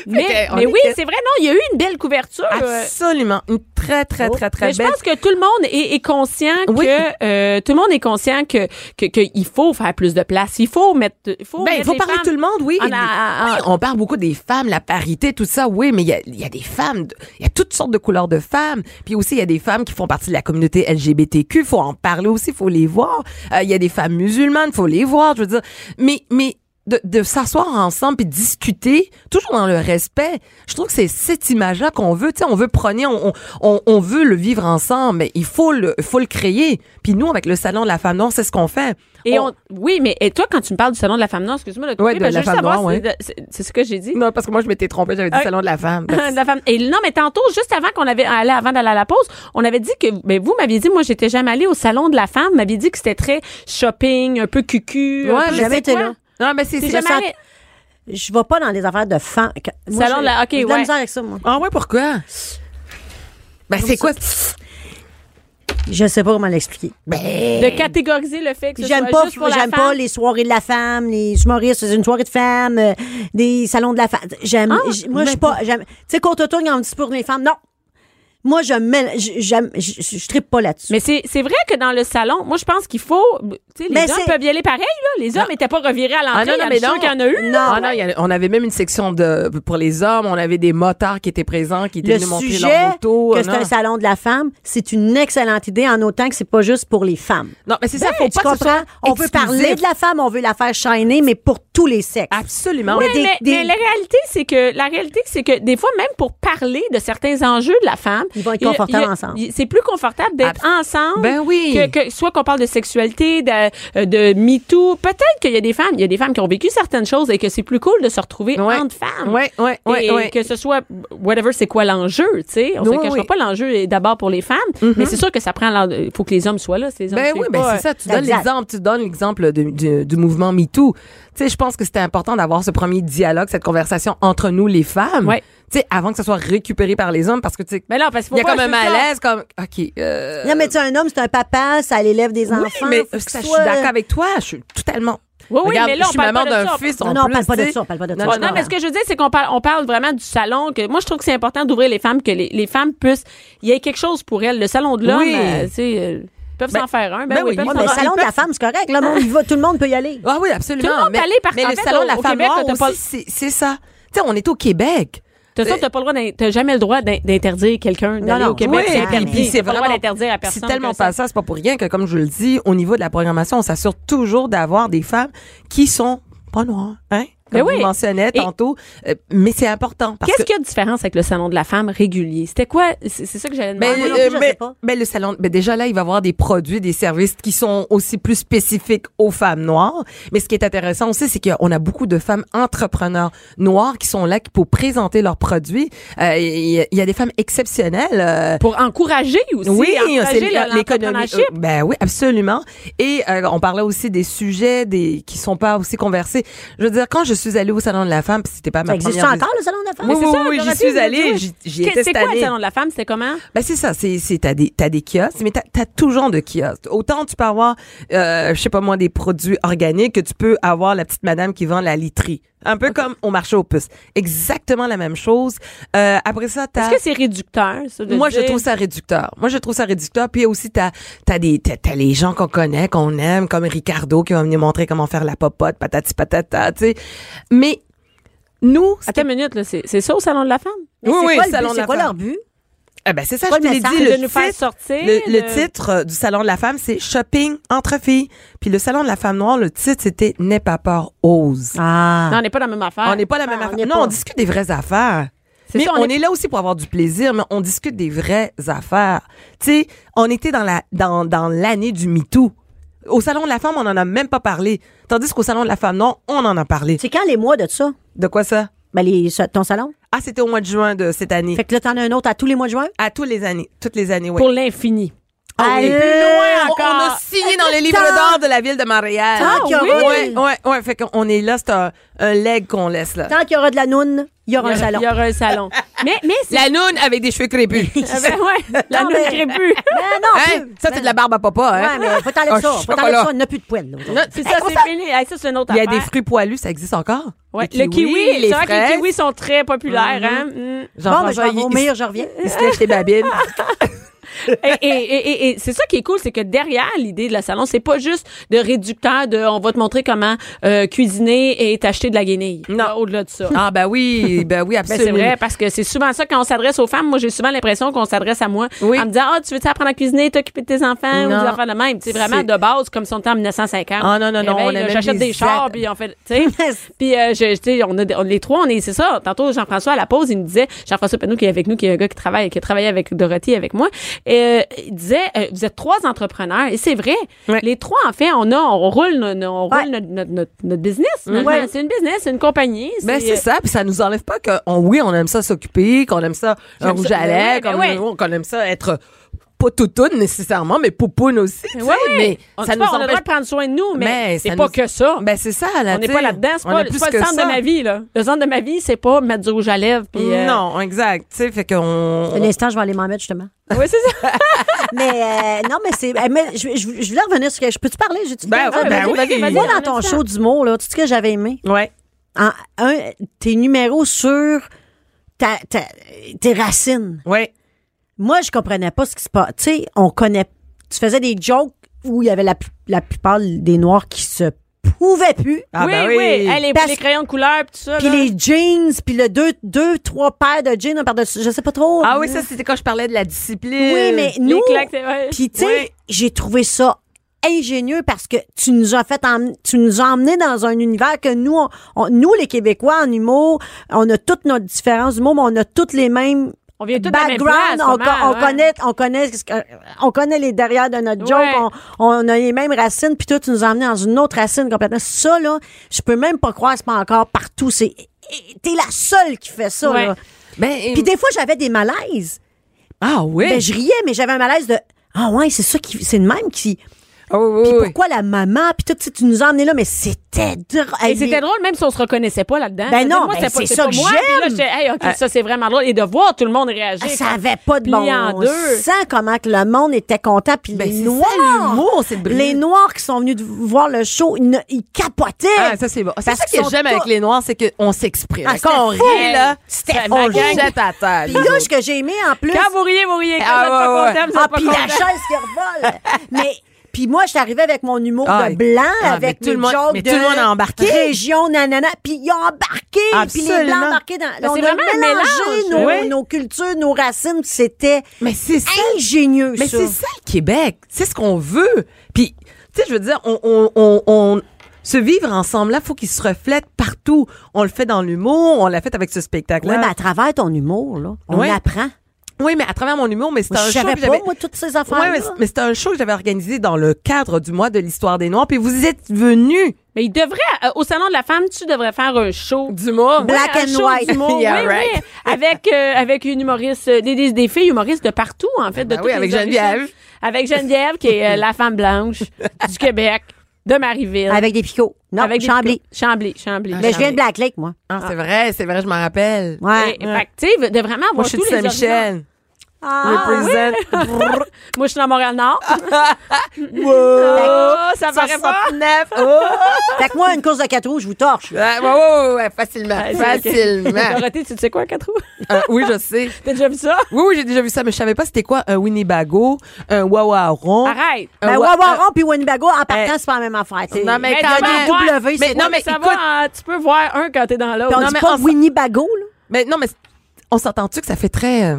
C: mais
E: on
C: mais
E: est
C: oui,
E: que-
C: c'est vrai, non, il y a eu une belle couverture. euh,
E: Absolument. Une très, très, très, très
C: Mais je
E: belle.
C: pense que tout le monde est, est conscient
E: Oui.
C: que euh, tout le monde est conscient que que qu'il faut faire plus de place, il faut mettre il faut
E: Ben, il
C: mettre
E: faut
C: les
E: parler de
C: femmes
E: tout le monde, oui.
C: en- en- en-
E: Oui, on parle beaucoup des femmes, la parité, tout ça, oui, mais il y a, il y a des femmes, de- il y a toutes sortes de couleurs de femmes. Puis aussi, il y a des femmes qui font partie de la communauté LGBTQ, faut en parler aussi, faut les voir. Euh, Il y a des femmes musulmanes, faut les voir, je veux dire. Mais, mais de, de s'asseoir ensemble puis de discuter, toujours dans le respect, je trouve que c'est cette image-là qu'on veut, tu sais, on veut prôner, on, on- on, on veut le vivre ensemble, mais il faut le, faut le créer. Puis nous, avec le Salon de la Femme Noire, c'est ce qu'on fait.
C: Et on, oui, mais et toi, quand tu me parles du salon de la femme noire, excuse-moi de te couper,
E: Ouais, de
C: parce que
E: la
C: je veux
E: femme
C: savoir
E: noire,
C: si- c'est c'est ce que j'ai dit.
E: (laughs) Non, parce que moi, je m'étais trompée, j'avais dit
C: Ah.
E: Salon de
C: (laughs)
E: la Femme. Ben,
C: de la femme. Et non, mais tantôt, juste avant qu'on avait allé avant d'aller à la pause, on avait dit que, ben, vous m'aviez dit, moi, j'étais jamais allée au salon de la femme, vous m'aviez dit que c'était très shopping, un peu cucu. un
E: Ouais,
C: peu-
E: j'avais
C: c'est
D: été
C: quoi?
D: là.
E: Non, mais c'est
C: T'es
E: c'est-
C: jamais
E: ça-
C: allée.
D: Je vais pas dans des affaires de fan. Moi,
C: Salon
D: j'ai-
C: de la- OK,
D: j'ai de la
C: ouais.
D: misère avec ça, moi.
E: Ah ouais, pourquoi? Ben, c'est quoi?
D: Je sais pas comment l'expliquer.
E: Ben,
C: De catégoriser le fait que ce
D: J'aime
C: soit
D: pas,
C: juste pour la
D: j'aime
C: femme.
D: pas les soirées de la femme, les humoristes, c'est une soirée de femmes, euh, des salons de la femme. J'aime,
E: Ah,
D: j- moi, je suis pas, j'aime, tu sais, quand autour, ils ont dit pour les femmes, non. Moi, je mêle, j- j'aime, j- je tripe pas là-dessus.
C: Mais c'est c'est vrai que dans le salon, moi, je pense qu'il faut, tu sais, les
D: Mais
C: hommes
D: c'est-
C: peuvent y aller pareil, là. Les hommes n'étaient pas revirés à l'entrée.
E: Ah non, non,
C: I'm
E: mais
C: sûre
E: non.
C: qu'il y en a eu, là.
E: Ah non, il y a- on avait même une section de pour les hommes, on avait des motards qui étaient présents, qui étaient
D: le
E: venus montrer
D: sujet
E: leur moto. ah
D: que c'est un salon de la femme, c'est une excellente idée en autant que c'est pas juste pour les femmes.
E: Non, mais c'est ça, faut
D: Ben, tu
E: pas que ce
D: comprends?
E: soit
D: On veut
E: exclusif.
D: parler de la femme, on veut la faire shiner, mais pour tous les sexes.
E: Absolument.
C: Oui,
D: Mais des-
C: mais,
D: des-
C: mais la réalité, c'est que la réalité, c'est que des fois, même pour parler de certains enjeux de la femme,
D: Ils vont être
C: Il y a-
D: confortables
C: il y a-
D: ensemble.
C: il- C'est plus confortable d'être ensemble.
E: Ben oui.
C: Que, que- soit qu'on parle de sexualité, de, euh, de MeToo. Peut-être qu'il y a des femmes, il y a des femmes qui ont vécu certaines choses et que c'est plus cool de se retrouver
E: Ouais.
C: entre femmes.
E: Ouais, ouais, ouais,
C: et
E: ouais.
C: que ce soit whatever, c'est quoi l'enjeu, tu sais. On ne
E: Oui,
C: se cachera
E: oui. Mm-hmm.
C: pas l'enjeu est d'abord pour les femmes, mais c'est sûr que ça prend. Il faut que les hommes soient là. si les hommes
E: Ben
C: suivent
E: oui, ben
C: pas,
E: c'est ça. Tu
D: euh,
E: donnes
D: exact.
E: l'exemple, tu donnes l'exemple de- du, du mouvement MeToo. Tu sais, je pense que c'était important d'avoir ce premier dialogue, cette conversation entre nous, les femmes.
C: Ouais.
E: Tu sais, avant que ça soit récupéré par les hommes, parce que tu sais,
C: Mais non, Ben parce qu'il
E: il y a
C: faut
E: comme
C: pas-
E: un
C: c'est ça.
E: malaise, comme, OK, euh,
D: Non, mais tu sais, un homme, c'est un papa, ça l'élève des
E: oui,
D: enfants.
E: mais
D: faut que
E: ça,
D: ce
E: je suis
D: soit-
E: d'accord avec toi, je suis totalement.
C: Oh Oui, oui,
E: Regarde,
C: mais là,
E: je
C: on
E: suis
C: parle
E: maman
C: pas de
E: d'un
C: ça.
E: fils,
D: Non,
E: en
D: non, on
E: plus,
D: parle pas de
E: tu sais.
D: ça, on parle pas de ça,
E: Non,
D: je
E: non,
C: Non, mais ce que je veux dire, c'est qu'on parle, on parle vraiment du salon. Que moi, je trouve que c'est important d'ouvrir les femmes, que les, les femmes puissent. Il y ait quelque chose pour elles. Le salon de l'homme,
E: Oui.
C: euh, tu sais, euh, ils peuvent
E: Ben,
C: s'en faire un. Ben,
E: ben
C: oui,
E: oui.
C: ils peuvent
D: Ouais,
C: s'en
E: Ils
D: mais le
E: sont-
D: salon de la femme, c'est correct. Là, on y va, tout le monde peut y
E: (laughs)
D: aller.
E: Ah oui, absolument.
C: Tout le monde
E: mais,
C: peut aller, par-
E: mais
C: en
E: le
C: fait,
E: salon
C: au-
E: de la
C: au
E: femme
C: Québec,
E: noire
C: t'as pas-
E: aussi, c'est- c'est ça. Tu sais, on est au Québec.
C: T'as ça, t'as pas le droit, d'in- t'as jamais le droit d'in- d'interdire quelqu'un d'aller
D: non.
C: au Québec.
E: Oui,
C: c'est
E: puis-
C: interdit.
E: puis c'est
C: T'as pas le droit
E: vraiment-
C: d'interdire à personne.
E: C'est tellement
C: que ça-
E: pas ça, c'est pas pour rien que, comme je le dis, au niveau de la programmation, on s'assure toujours d'avoir des femmes qui sont pas noires, hein? Comme
C: Ben oui.
E: vous mentionnais
C: Et-
E: tantôt. Euh, mais c'est important. parce
C: Qu'est-ce qu'il y a de différence avec le salon de la femme régulier? C'était quoi? C'est c'est ça que j'allais
E: Mais,
C: demander.
D: moi non
E: euh,
D: plus, je sais
E: mais,
D: pas.
E: mais le salon, mais déjà là, il va y avoir des produits, des services qui sont aussi plus spécifiques aux femmes noires. Mais ce qui est intéressant aussi, c'est qu'on a beaucoup de femmes entrepreneurs noires qui sont là pour présenter leurs produits. Euh, Il y, a- il y a des femmes exceptionnelles. euh,
C: Pour encourager aussi.
E: oui,
C: encourager
E: c'est
C: le-
E: l'économie.
C: l'entrepreneurship.
E: euh, Ben oui, absolument. Et euh, on parlait aussi des sujets des qui sont pas aussi conversés. Je veux dire, quand je suis allée au salon de la femme, puis c'était pas ma
D: Ça existe
E: première
D: encore, le salon de la femme?
E: Oui,
C: Mais c'est
E: oui,
C: ça,
E: oui,
C: Dorothy,
E: j'y suis
C: vous
E: allée,
C: êtes-
E: j'y- j'y
C: Qu'est-
E: étais
C: C'est
E: cette
C: quoi le
E: année.
C: salon de la femme? C'était comment?
E: Ben c'est ça, c'est c'est t'as des t'as des kiosques, mais t'as t'as tout genre de kiosques. Autant tu peux avoir, euh, je sais pas moi, des produits organiques que tu peux avoir la petite madame qui vend la literie, un peu comme au marché aux puces, exactement la même chose. Euh, après ça t'as
C: Est-ce que c'est réducteur, ça? de
E: moi, je
C: dire-
E: trouve ça réducteur. Moi, je trouve ça réducteur. Puis aussi, t'as as des t'as t'as les gens qu'on connaît, qu'on aime, comme Ricardo qui va venir montrer comment faire la popote, patati patata, tu sais. Mais nous, ce
C: Attends une minute, là, c'est c'est ça au salon de la femme?
D: Mais
E: Oui,
D: c'est
E: oui,
D: quoi le but?
E: salon de
D: C'est
E: la
D: quoi
E: femme.
D: leur but?
E: Ah ben c'est ça,
D: Pas
E: je te
D: le
E: l'ai
D: message
E: dit.
C: de
E: Le,
C: nous faire
E: titre-
C: sortir,
E: le- le
C: le-
E: titre euh, du Salon de la femme, c'est Shopping entre filles. Puis le Salon de la femme noire, le titre, c'était N'aie pas peur, ose.
D: Ah.
C: Non, on n'est pas dans la même affaire.
E: on n'est pas la
D: on
E: même
D: n'est
E: affaire. Non,
D: pas.
E: on discute des vraies affaires.
C: C'est
E: Mais
C: ça,
E: on, est... là aussi pour avoir du plaisir, mais on discute des vraies affaires. Tu sais, on était dans la dans, dans l'année du MeToo. Au Salon de la femme, on n'en a même pas parlé. Tandis qu'au Salon de la femme noire, on en a parlé.
D: C'est quand les mois de ça?
E: De quoi ça?
D: Ben, les, ce- ton salon?
E: Ah, c'était au mois de juin de cette année.
D: Fait que là, t'en as un autre à tous les mois de juin?
E: À tous les années. Toutes les années, oui.
C: Pour l'infini.
E: Ah oui.
D: Allez,
E: On- On a signé dans le livre d'or de la ville de Montréal.
D: Tant qu'il y aura
E: ouais,
D: des-
E: ouais, ouais. Fait qu'on est là, c'est un, un leg qu'on laisse là.
D: Tant qu'il y aura de la noune, il y aura un
C: Il y aura-
D: salon.
C: Il y aura un
E: (laughs)
C: salon. mais mais c'est.
E: La noune avec des cheveux crépus.
C: (laughs) Ah ben
E: (laughs)
C: ouais, la
D: Non,
C: nouvelle
D: mais-
C: crépue.
D: Ben non,
E: Hein?
D: plus.
E: Ça, c'est de la barbe à papa, hein?
D: Ouais, mais faut t'enlever
E: Ah,
D: ça. Faut
E: je suis
D: t'enlever
E: pas
D: ça.
E: là.
D: On n'a plus de poils. là, aujourd'hui.
E: Non,
C: (laughs) C'est ça, c'est fini. Ah, ça, c'est une autre
E: Il y a
C: affaire.
E: des fruits poilus, ça existe encore?
C: Ouais,
E: Le kiwi, les
C: c'est vrai que les
E: fraises. Mm-hmm.
C: kiwis sont très populaires. hein? Mm.
D: Bon, ben, je
E: Jean-François,
D: vais
E: il-
D: vomir, je reviens.
E: il, il se lèche les babines.
C: et, et- et- et- et c'est ça qui est cool, c'est que derrière l'idée de la salon, c'est pas juste de réducteur de on va te montrer comment euh, cuisiner et t'acheter de la guenille. Non, au-delà de ça.
E: ah, ben oui, ben oui,
C: Ben,
E: absolument.
C: c'est vrai, parce que c'est souvent ça quand on s'adresse aux femmes. Moi, j'ai souvent l'impression qu'on s'adresse à moi
E: Oui.
C: en me disant Ah, tu veux-tu apprendre à cuisiner, t'occuper de tes enfants ou
E: Non.
C: des enfants de même? C'est vraiment
E: C'est-
C: de base, comme si on était en 1950.
E: Ah, non, non, non,
C: Réveil,
E: on a
C: là,
E: même
C: J'achète
E: des
C: des chars,
E: ad-
C: puis on fait. Tu
E: (laughs)
C: sais, puis euh, je- tu sais, on a des- on- les trois, on est. C'est ça. Tantôt, Jean-François, à la pause, il me disait Jean-François Penou, qui est avec nous, qui est un gars qui travaille, qui a travaillé avec Dorothée, avec moi, euh, il disait euh, Vous êtes trois entrepreneurs. Et c'est vrai.
E: Ouais.
C: Les trois, en fait, on a, on roule, no- no- on roule
D: Ouais.
C: notre, notre, notre, notre business.
D: Ouais.
C: C'est une business, c'est une compagnie.
E: Ben,
C: euh,
E: c'est ça, puis ça nous enlève pas que, on- oui, on aime ça s'occuper, qu'on aime ça un
C: J'aime
E: rouge
C: ça- ben
E: à
C: oui,
E: lèvres,
C: ben
E: qu'on
C: oui.
E: qu'on aime ça être pas toutoune nécessairement, mais poupoune aussi, tu sais,
C: Ben Ouais, ouais.
E: mais
C: on,
E: ça
C: dit pas,
E: nous
C: on a le droit
E: empêche
C: de prendre soin de nous, mais,
E: Mais
C: c'est
E: ça
C: pas
E: nous-
C: que ça.
E: Ben c'est ça, là.
C: on n'est
E: tu
C: pas
E: sais.
C: là-dedans, c'est
E: On
C: pas,
E: est
C: c'est
E: plus
C: pas le
E: que
C: centre
E: ça.
C: de ma vie, là. Le centre de ma vie, c'est pas mettre du rouge à lèvres. puis, euh,
E: Non, exact. Tu sais, fait qu'on.
D: Un instant, je vais aller m'en mettre, justement.
C: Oui, c'est ça.
D: Mais euh, non, mais c'est. eh, mais je, je- je voulais revenir sur. Je peux-tu parler? J'ai-tu le
E: Ben,
D: temps?
E: ouais, ben
C: vas-y, vas-y,
E: oui.
C: vas-y.
D: Moi,
C: en
D: dans ton
C: instant.
D: show d'humour, là, tu sais ce que j'avais aimé?
E: Ouais.
D: En, un, tes numéros sur ta, ta- tes racines.
E: Ouais.
D: Moi, je comprenais pas ce qui se passe. Tu sais, on connaît. Tu faisais des jokes où il y avait la, pu- la plupart des Noirs qui se pouvaient plus.
E: Ah,
C: oui,
E: ben
C: oui.
E: oui.
C: Hey, les,
D: Parce-
C: les crayons de couleur, puis tout ça.
D: Puis
C: là.
D: les jeans, puis le deux, deux, trois paires de jeans, un par dessus je sais pas trop.
E: Ah oui, ça, c'était quand je parlais de la discipline.
D: Oui, mais
C: Les
D: nous,
C: claques, c'est vrai.
D: Puis tu sais,
E: Ouais.
D: j'ai trouvé ça ingénieux parce que tu nous as fait emmener, tu nous as emmené dans un univers que nous on- on- nous les Québécois en humour, on a toutes nos différences d'humour, mais on a toutes les mêmes
C: On vient tous de la même place.
D: background, on,
C: pas mal,
D: co- on
C: ouais.
D: connaît, on connaît, ce que- on connaît les derrière de notre joke,
C: Ouais.
D: on, on a les mêmes racines, puis toi, tu nous as emmenés dans une autre racine complètement. Ça, là, je peux même pas croire, c'est pas encore partout, c'est, t'es la seule qui fait ça,
C: Ouais.
D: là.
E: Ben,
D: Puis des fois, j'avais des malaises.
E: ah oui.
D: Ben, je riais, mais j'avais un malaise de, ah ouais, c'est ça qui, c'est le même qui,
E: Ah oui, oui,
D: puis
E: oui.
D: pourquoi la maman, puis tout, tu sais, tu nous as emmenés là, mais c'était drôle.
C: Et c'était drôle, même si on se reconnaissait pas là-dedans.
D: Ben
C: C'était
D: non,
C: moi,
D: ben
C: c'était pas-
D: c'est
C: c'est
D: ça
C: pas
D: que
C: moi. Puis là,
D: j'aime. Euh,
C: j'étais, hey, OK, ça, c'est vraiment drôle. Et de voir tout le monde réagir.
D: Ah, Ça avait pas de bon
C: Plié en deux.
D: sens comment que le monde était content puis
E: Ben,
D: les
E: c'est ça,
D: noirs
E: l'humour, c'est de briller.
D: les noirs qui sont venus de- voir le show ils, ne- ils capotaient
E: Ah, ça, c'est bon. C'est
D: Parce
E: ça
D: qu'ils
E: que
D: sont
E: j'aime avec
D: tous-
E: les Noirs, c'est qu'on s'exprime.
D: Ah,
E: Quand on
D: c'était fou.
E: rit, là,
D: C'était
E: on
D: fou.
E: jette à terre.
D: puis
E: nous
D: là
E: autres.
D: ce que j'ai aimé en plus
C: Quand vous riez, vous riez. Quand
E: Ah,
C: vous êtes pas
E: ouais, ouais.
C: content, vous êtes
D: ah
C: pas
D: puis la
C: content.
D: chaise qui revole
E: (laughs)
D: mais puis moi je suis arrivée avec mon humour
E: Ah,
D: de blanc
E: ah,
D: avec
E: mais tout
D: mes
E: le monde-
D: jokes
E: mais
D: de
E: tout le monde a embarqué.
D: région nanana puis ils ont embarqué puis les blancs
E: Absolument.
D: ont embarqué dans
C: Ben,
D: on
C: c'est
D: a
C: vraiment un
D: mélangé
C: mélange,
D: nos,
C: oui.
D: nos cultures nos racines c'était
E: Mais c'est ça.
D: ingénieux
E: Mais
D: ça.
E: c'est ça le Québec. C'est ce qu'on veut. Puis, tu sais, je veux dire, on, on, on, on- se vivre ensemble là, faut qu'il se reflète partout. On le fait dans l'humour, on l'a fait avec ce
D: Oui,
E: spectacle-là.
D: mais ben, à travers ton humour, là, on
E: Ouais.
D: apprend.
E: oui, mais à travers mon humour, mais c'est
D: Moi,
E: un
D: je
E: show
D: savais
E: que
D: pas,
E: j'avais.
D: moi, toutes ces
E: Ouais,
D: affaires-là.
E: mais, mais c'est un show que j'avais organisé dans le cadre du mois de l'histoire des Noirs. Puis vous êtes venus.
C: Mais il devrait, euh, au Salon de la Femme, tu devrais faire un show.
E: D'humour.
D: Black
C: Ouais, un
D: and
C: show
D: white.
C: d'humour,
E: (laughs) Yeah,
C: oui,
E: right.
C: oui. Avec, euh, avec une humoriste, euh, des, des, des filles humoristes de partout, en fait. de
E: Ben
C: toutes
E: oui,
C: les
E: avec
C: origines.
E: Geneviève.
C: Avec Geneviève, qui est euh, la femme blanche du Québec, de Marieville.
D: Avec des picots. Non,
C: Avec des-
D: Chambly.
C: Chambly, Chambly.
D: Mais je viens de Black Lake, moi.
E: Ah, c'est vrai, c'est vrai, je m'en rappelle.
D: Ouais.
C: Et- Fait que, tu sais, de vraiment avoir
E: Moi, je suis de
C: tous les horizons.
E: Saint-Michel.
D: Ah,
E: Represent.
C: Moi, je suis dans (laughs) Montréal-Nord.
E: Wow.
C: Oh, (laughs) ça paraît
E: (laughs)
C: pas.
E: 69. Oh.
D: fait que moi, une course de quatre roues, je vous torche.
E: Ouais, ouais, ouais, ouais, ouais,
C: Ah,
E: facilement. facilement.
C: Dorothée, tu sais quoi, quatre roues?
E: (laughs)
C: (laughs)
E: Euh, oui, je sais.
C: T'as déjà vu ça?
E: Oui, oui, j'ai déjà vu ça, mais je savais pas c'était quoi un Winnebago, un Wawaron.
C: Arrête.
E: Un
D: Ben,
E: wa-
D: Wawaron puis Winnebago, en partant,
E: euh,
D: c'est pas la même affaire. t'sais.
E: Non, mais
C: Mais
E: quand
C: tu vas
E: même.
C: voir-
D: W, c'est-
E: Mais non, mais
C: ça
E: écoute,
C: va, euh, tu peux voir un quand t'es dans
D: Puis
C: l'autre.
D: on
E: non,
D: dit
E: mais
D: pas
E: on s-
D: Winnebago, là.
E: mais non, mais on s'entend-tu que ça fait très euh,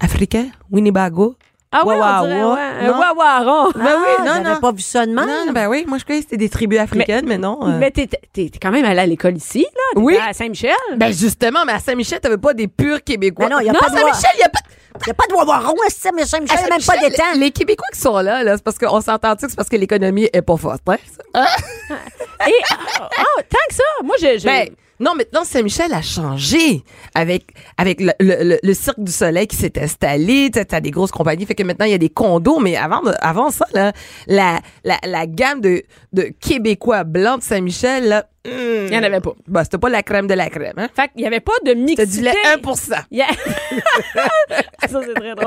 E: africain, Winnebago?
C: Ah oui, on
E: Wawaron?
C: dirait, ouais. Un
E: Non.
C: wawaron.
E: Ben oui,
D: Ah,
E: non,
D: j'avais
E: non.
D: pas vu ça de même.
E: Non, non, ben oui, moi je croyais que c'était des tribus africaines, mais, non. euh.
C: Ah, Mais t'es, t'es, t'es quand même allé à l'école ici, là? T'es
E: Oui.
C: À Saint-Michel?
E: ben justement, mais à Saint-Michel, t'avais pas des purs Québécois.
D: Ben non, y a pas de
E: Saint-Michel, il y a pas
D: Y a pas de Wawaron, c'est Michel, Michel, y a
E: À
D: même pas
E: Saint-Michel,
D: d'étang.
E: les- Les Québécois qui sont là, là c'est parce qu'on s'entend-tu que c'est parce que l'économie est pas forte, hein?
C: Et, ah, ah, tant que ça, moi, je. je-
E: Ben, non, maintenant, Saint-Michel a changé avec, avec le, le- le- le Cirque du Soleil qui s'est installé. T'as as des grosses compagnies. Fait que maintenant, il y a des condos. Mais avant, de- avant ça, là, la, la, la gamme de, de Québécois blancs de Saint-Michel, là,
C: il n'y en avait pas.
E: bah, c'était pas la crème de la crème. Hein?
C: Fait qu'il n'y avait pas de
E: T'as
C: mixité.
E: du lait 1
C: Il y a- (laughs) ça, c'est très drôle.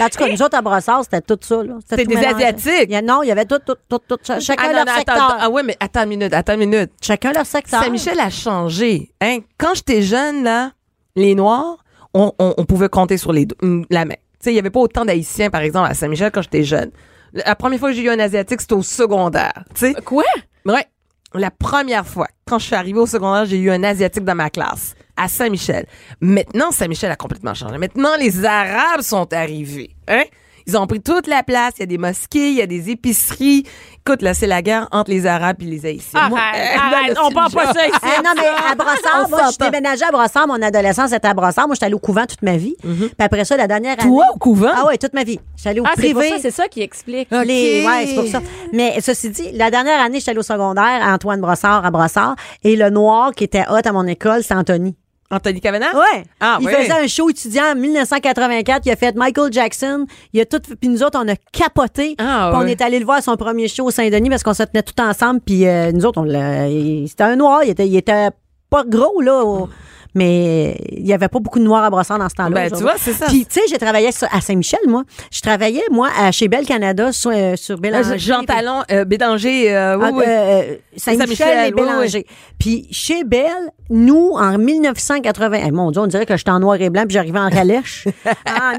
D: En tout cas, nous autres, à Brossard, c'était tout ça, là.
E: C'était
D: tout
E: des
D: mélangé.
E: Asiatiques.
D: Y a- Non, il y avait tout, tout, tout, tout. ch- Chacun
E: Ah, non,
D: leur
E: non, attends,
D: secteur.
E: attends. ah ouais, mais attends une minute, attends une minute.
D: Chacun leur secteur.
E: Saint-Michel a changé. Hein? Quand j'étais jeune, là, les Noirs, on, on- on pouvait compter sur les, do- mm, la main. Tu sais, Il n'y avait pas autant d'Haïtiens, par exemple, à Saint-Michel quand j'étais jeune. La première fois que j'ai eu un Asiatique, c'était au secondaire. tu sais.
C: Quoi?
E: Ouais. La première fois, quand je suis arrivée au secondaire, j'ai eu un Asiatique dans ma classe, à Saint-Michel. Maintenant, Saint-Michel a complètement changé. Maintenant, les Arabes sont arrivés. Hein? Ils ont pris toute la place. Il y a des mosquées, il y a des épiceries. Écoute, là, c'est la guerre entre les Arabes et les Haïtiens.
C: Ah, Arrête,
E: Moi, euh, (laughs)
C: arrête,
E: dans le
C: on parle pas
E: film,
C: ça ici.
D: Ah non, mais à Brossard,
E: On
D: moi, je suis
E: s'entend.
D: déménagée à Brossard. Mon adolescence était à Brossard. Moi, j'étais allée au couvent toute ma vie. Puis après ça, la dernière année.
E: Mm-hmm. Toi, au couvent?
D: Ah ouais, toute ma vie. J'étais allée au
C: Ah, c'est pour
D: privé.
C: ça, c'est ça qui explique.
E: Ah,
D: Les-
E: Ok.
D: ouais, c'est pour ça. Mais ceci dit, la dernière année, j'étais allée au secondaire à Antoine Brossard, à Brossard. Et le noir qui était hot à mon école, c'est Anthony.
E: Anthony Cavana?
D: Ouais.
E: Ah,
D: il
E: oui.
D: faisait un show étudiant en 1984. Il a fait Michael Jackson. Il a tout. Puis nous autres, on a capoté.
E: Ah,
D: Puis on
E: ouais.
D: est allé le voir à son premier show au Saint-Denis parce qu'on se tenait tout ensemble. Puis euh, nous autres, on l'a- il- c'était un noir. Il était, il était pas gros, là. au- Mais il y avait pas beaucoup de noirs à Brossard dans ce temps-là.
E: Ben, tu
D: aujourd'hui.
E: vois, c'est ça.
D: Puis, tu sais, j'ai travaillé sur- à Saint-Michel, moi. Je travaillais, moi, à, chez Belle Canada, sur, euh, sur
E: Euh,
D: Bélanger.
E: Jean Talon, euh, Bédanger, euh, oui,
D: Ah,
E: oui.
D: euh, Saint-Michel et
E: Saint-Michel, oui,
D: Bélanger. Puis chez Belle, nous, en 1980, eh, mon Dieu, on dirait que j'étais en noir et blanc puis j'arrivais en
E: (laughs)
D: calèche. en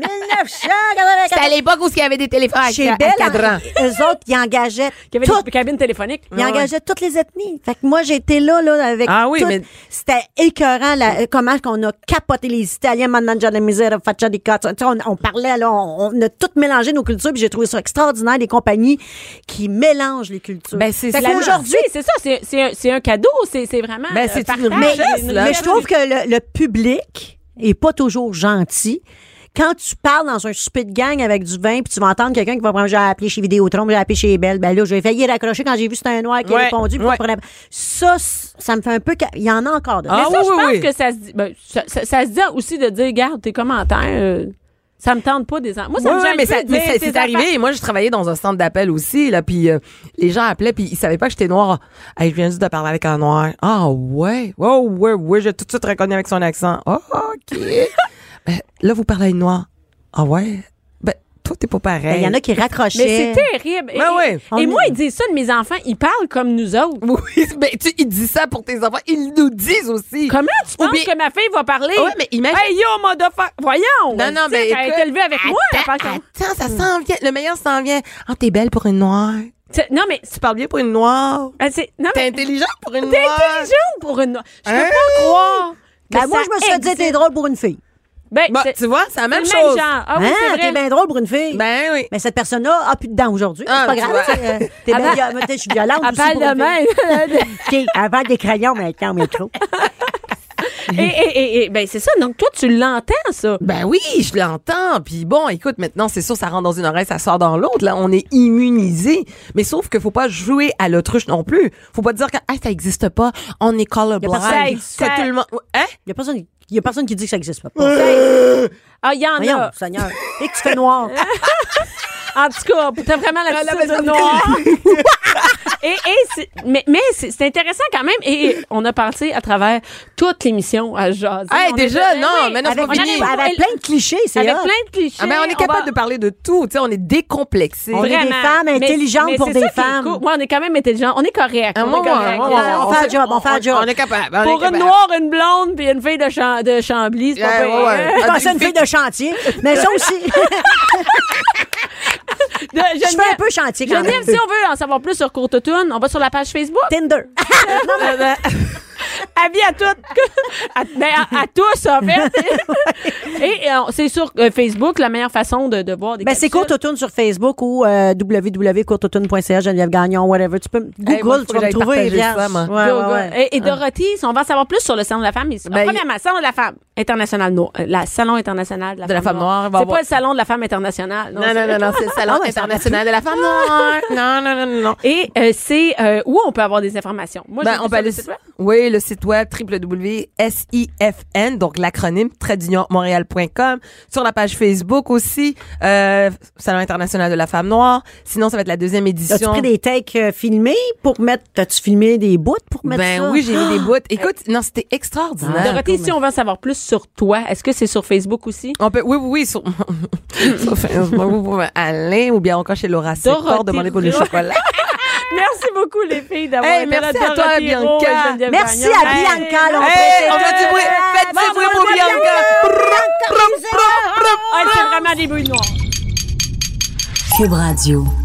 D: 1984,
E: l'époque où il y avait des téléphones
D: chez Belle, en- eux autres, ils
E: (laughs)
D: engageaient
C: Qu'il y avait
D: toutes,
C: des cabines téléphoniques. Ah,
D: ils engageaient toutes les ethnies. Fait que moi, j'étais là, là, avec
E: Ah oui,
D: toutes-
E: mais-
D: C'était écœurant, là, comment qu'on a capoté les Italiens, Mananja de la misère, Faccia di Cazzo. Tu sais, On, on parlait, là, on, on a tout mélangé nos cultures puis j'ai trouvé ça extraordinaire, des compagnies qui mélangent les cultures.
E: Ben, c'est
D: Fait
E: ça.
D: qu'aujourd'hui,
C: Aujourd'hui, Ah, c'est ça, c'est, c'est, un, c'est un cadeau, c'est, c'est vraiment.
E: Ben,
C: euh,
E: c'est une
C: partage,
E: richesse,
C: c'est une
E: là.
D: mais
C: richesse.
D: je trouve que le, le public et pas toujours gentil. Quand tu parles dans un souper de gang avec du vin, puis tu vas entendre quelqu'un qui va prendre, j'ai appelé chez Vidéotron, j'ai appelé chez Belle, ben là, j'ai failli raccrocher quand j'ai vu c'était un noir qui a
E: Ouais,
D: répondu. puis
E: ouais.
D: comprenait pas. Ça, c- ça me fait un peu... ca- Il y en a encore de Mais
E: Ah
C: ça,
D: ça,
E: oui,
C: je
E: oui,
C: pense
E: oui.
C: que ça se dit. ben, ça, ça- ça se dit aussi de dire, garde tes commentaires. euh, ça me tente pas des. en- Moi, ça
E: Ouais,
C: me
E: ouais,
C: gêne
E: mais
C: plus
E: ça-
C: de
E: mais
C: dire
E: ça-
C: tes
E: c'est arrivé. Moi, je travaillais dans un centre d'appel aussi, là, puis euh, les gens appelaient, puis ils savaient pas que j'étais noire. Hey, je viens juste de parler avec un noir. Ah ouais, oh ouais, ouais, j'ai tout de suite reconnu avec son accent. Ah,
C: (laughs)
E: ok. Ben, là, vous parlez à une noire. Ah ouais. Ben, toi, t'es pas
D: ben,
E: pareil.
D: il y en a qui raccrochaient.
C: Mais c'est terrible. Et-
E: Ben oui.
C: et, et moi, ils disent ça de mes enfants. Ils parlent comme nous autres.
E: (laughs) Oui, ben, tu, ils disent ça pour tes enfants. Ils nous disent aussi.
C: Comment tu
E: Ou
C: penses
E: bien-
C: que ma fille va parler?
E: Ouais, mais imagine-
C: Hey, yo, motherfucker. Voyons.
E: Non, non,
C: Tu sais,
E: mais.
C: Elle
E: écoute,
C: est élevée avec moi. Elle parle
E: Attends,
C: comme- Hmm.
E: attends, ça s'en vient. Le meilleur s'en vient. Ah, t'es belle pour une noire.
C: Tu- Non, mais.
E: Tu parles bien pour une noire.
C: elle, c'est- Non,
E: T'es
C: mais.
E: intelligent pour une
C: T'es
E: noire.
C: intelligente pour une. Je peux
E: Hein?
C: pas croire. que
D: Ben, moi,
C: ça
D: je me suis dit,
C: existe.
D: t'es drôle pour une fille.
C: Ben,
E: Bah,
C: c'est-
E: tu vois, c'est la même
C: c'est Le
E: chose.
C: même genre. Ah oui,
D: Hein,
C: c'est vrai.
D: T'es bien drôle pour une fille.
E: Ben oui.
D: Mais cette personne-là a plus de dents aujourd'hui.
E: Ah,
D: c'est
E: tu
D: pas grave.
E: vois.
D: tu sais, euh, T'es bien viol- mais t'es- je suis violente.
C: (laughs) Elle
D: aussi
C: parle
D: pour une
C: de
D: fille.
E: (laughs)
C: même.
D: OK, avant des crayons, maintenant, au métro.
C: et, et, et, et, ben, c'est ça. Donc, toi, tu l'entends, ça.
E: Ben oui, je l'entends. Puis bon, écoute, maintenant, c'est sûr, ça rentre dans une oreille, ça sort dans l'autre. Là, on est immunisé. Mais sauf que faut pas jouer à l'autruche non plus. Faut pas dire que ah, ça existe pas, on est colorblind.
D: Y a personne
E: Que
C: qui dit ça.
E: tout le monde. Hein?
D: Il n'y a, personne- y a personne qui dit que ça n'existe pas.
C: Ah, il y en
D: Voyons,
C: a.
D: Seigneur. (laughs) Et que tu fais (laughs) noir.
C: En tout cas, t'as vraiment la
E: Elle
C: petite
E: avait
C: de noir. (laughs) et, et c'est- mais mais c'est c'est intéressant quand même. Et et on a passé à travers toute l'émission à jaser.
E: Hey,
C: On
E: déjà,
C: est-
E: non,
C: Ben oui,
E: mais non, c'est
C: avec-
E: pas fini.
C: on arrive-
D: Avec plein de clichés, c'est
C: Avec
D: hot.
C: plein de clichés.
E: Ah ben, on est capable de parler de tout. Tu sais, on est décomplexé.
D: On est des femmes intelligentes pour des femmes.
C: Moi, on est quand même intelligents. On est correct.
E: Ah,
C: on
E: moi,
C: est
E: moi,
C: correct.
E: moi,
C: les
E: moi,
C: gens.
D: on
E: on
D: fait
E: sait-
D: le job, on fait le job.
E: On est capable. on est
C: Pour une
E: capable.
C: noire, une blonde, puis une fille de, Cham- de Chambly, c'est pas
E: Ouais,
C: pire.
E: ouais, ouais.
D: Je pensais à une fille de chantier, mais ça
E: (laughs)
D: aussi.
C: De-
D: je
C: Geneviève-
D: fais un peu chantier quand
C: Geneviève,
D: même.
C: si on veut en savoir plus sur Courtetoune, on va sur la page Facebook.
D: (laughs) Tinder.
E: (laughs)
C: Avis à toutes. (laughs) à, ben, à- à tous, en
E: (laughs)
C: fait. Et euh, c'est sur euh, Facebook la meilleure façon de, de voir des
D: Ben, c'est
C: capsules.
D: Courte Automne sur Facebook ou euh, www.courteautomne.ca, Geneviève Gagnon, whatever. Tu peux me- Google,
E: moi, faut
D: tu
E: que
D: vas me
E: j'aille
D: trouver.
E: partager
D: Vierge.
E: ça, moi.
D: Ouais, ouais,
C: Go, go.
D: ouais.
C: Et, et Dorothy, si on va en savoir plus sur le Salon de la Femme. Mais,
E: Ah. Ben,
C: premièrement, Salon de la Femme internationale, non, euh, la Salon international de la,
E: De la femme noire, il va
C: C'est
E: avoir-
C: pas le Salon de la Femme internationale.
E: Non, non, non, non, c'est le (laughs) Salon international de la femme noire. Non, non, non, non, non.
C: Et euh, c'est euh, où on peut avoir des informations. Moi,
E: Ben,
C: j'ai
E: on
C: vu
E: peut
C: ça
E: aller
C: sur le site web.
E: Oui, le site web www.sifn, donc l'acronyme montréal.com Sur la page Facebook aussi, euh, Salon international de la femme noire. Sinon, ça va être la deuxième
D: As-tu
E: édition.
D: pris des takes euh, filmés pour mettre. As-tu filmé des bouts pour mettre
E: ben
D: ça?
E: oui, j'ai mis des bouts. Écoute, non, c'était extraordinaire.
C: Dorothée, si on veut en savoir plus sur toi, est-ce que c'est sur Facebook aussi?
E: On peut, oui, oui, oui, sur, sur Facebook, vous pouvez aller, ou bien encore chez Laura Secor,
C: Dorothée
E: demander pour le
C: Roux.
E: chocolat.
C: Merci beaucoup, les filles, d'avoir
E: Hey,
C: été là.
E: merci à toi,
C: Dorothée Roux et
E: Bianca.
C: Geneviève
D: Merci
C: Gagnon.
D: à
C: Hey.
D: Bianca Lompré.
E: Hey, on fait du bruit, faites du bruit pour Bianca. Brum, brum, brum, brum,
C: Ah,
E: brum.
C: c'est vraiment des bruits noirs.
A: Cube Radio.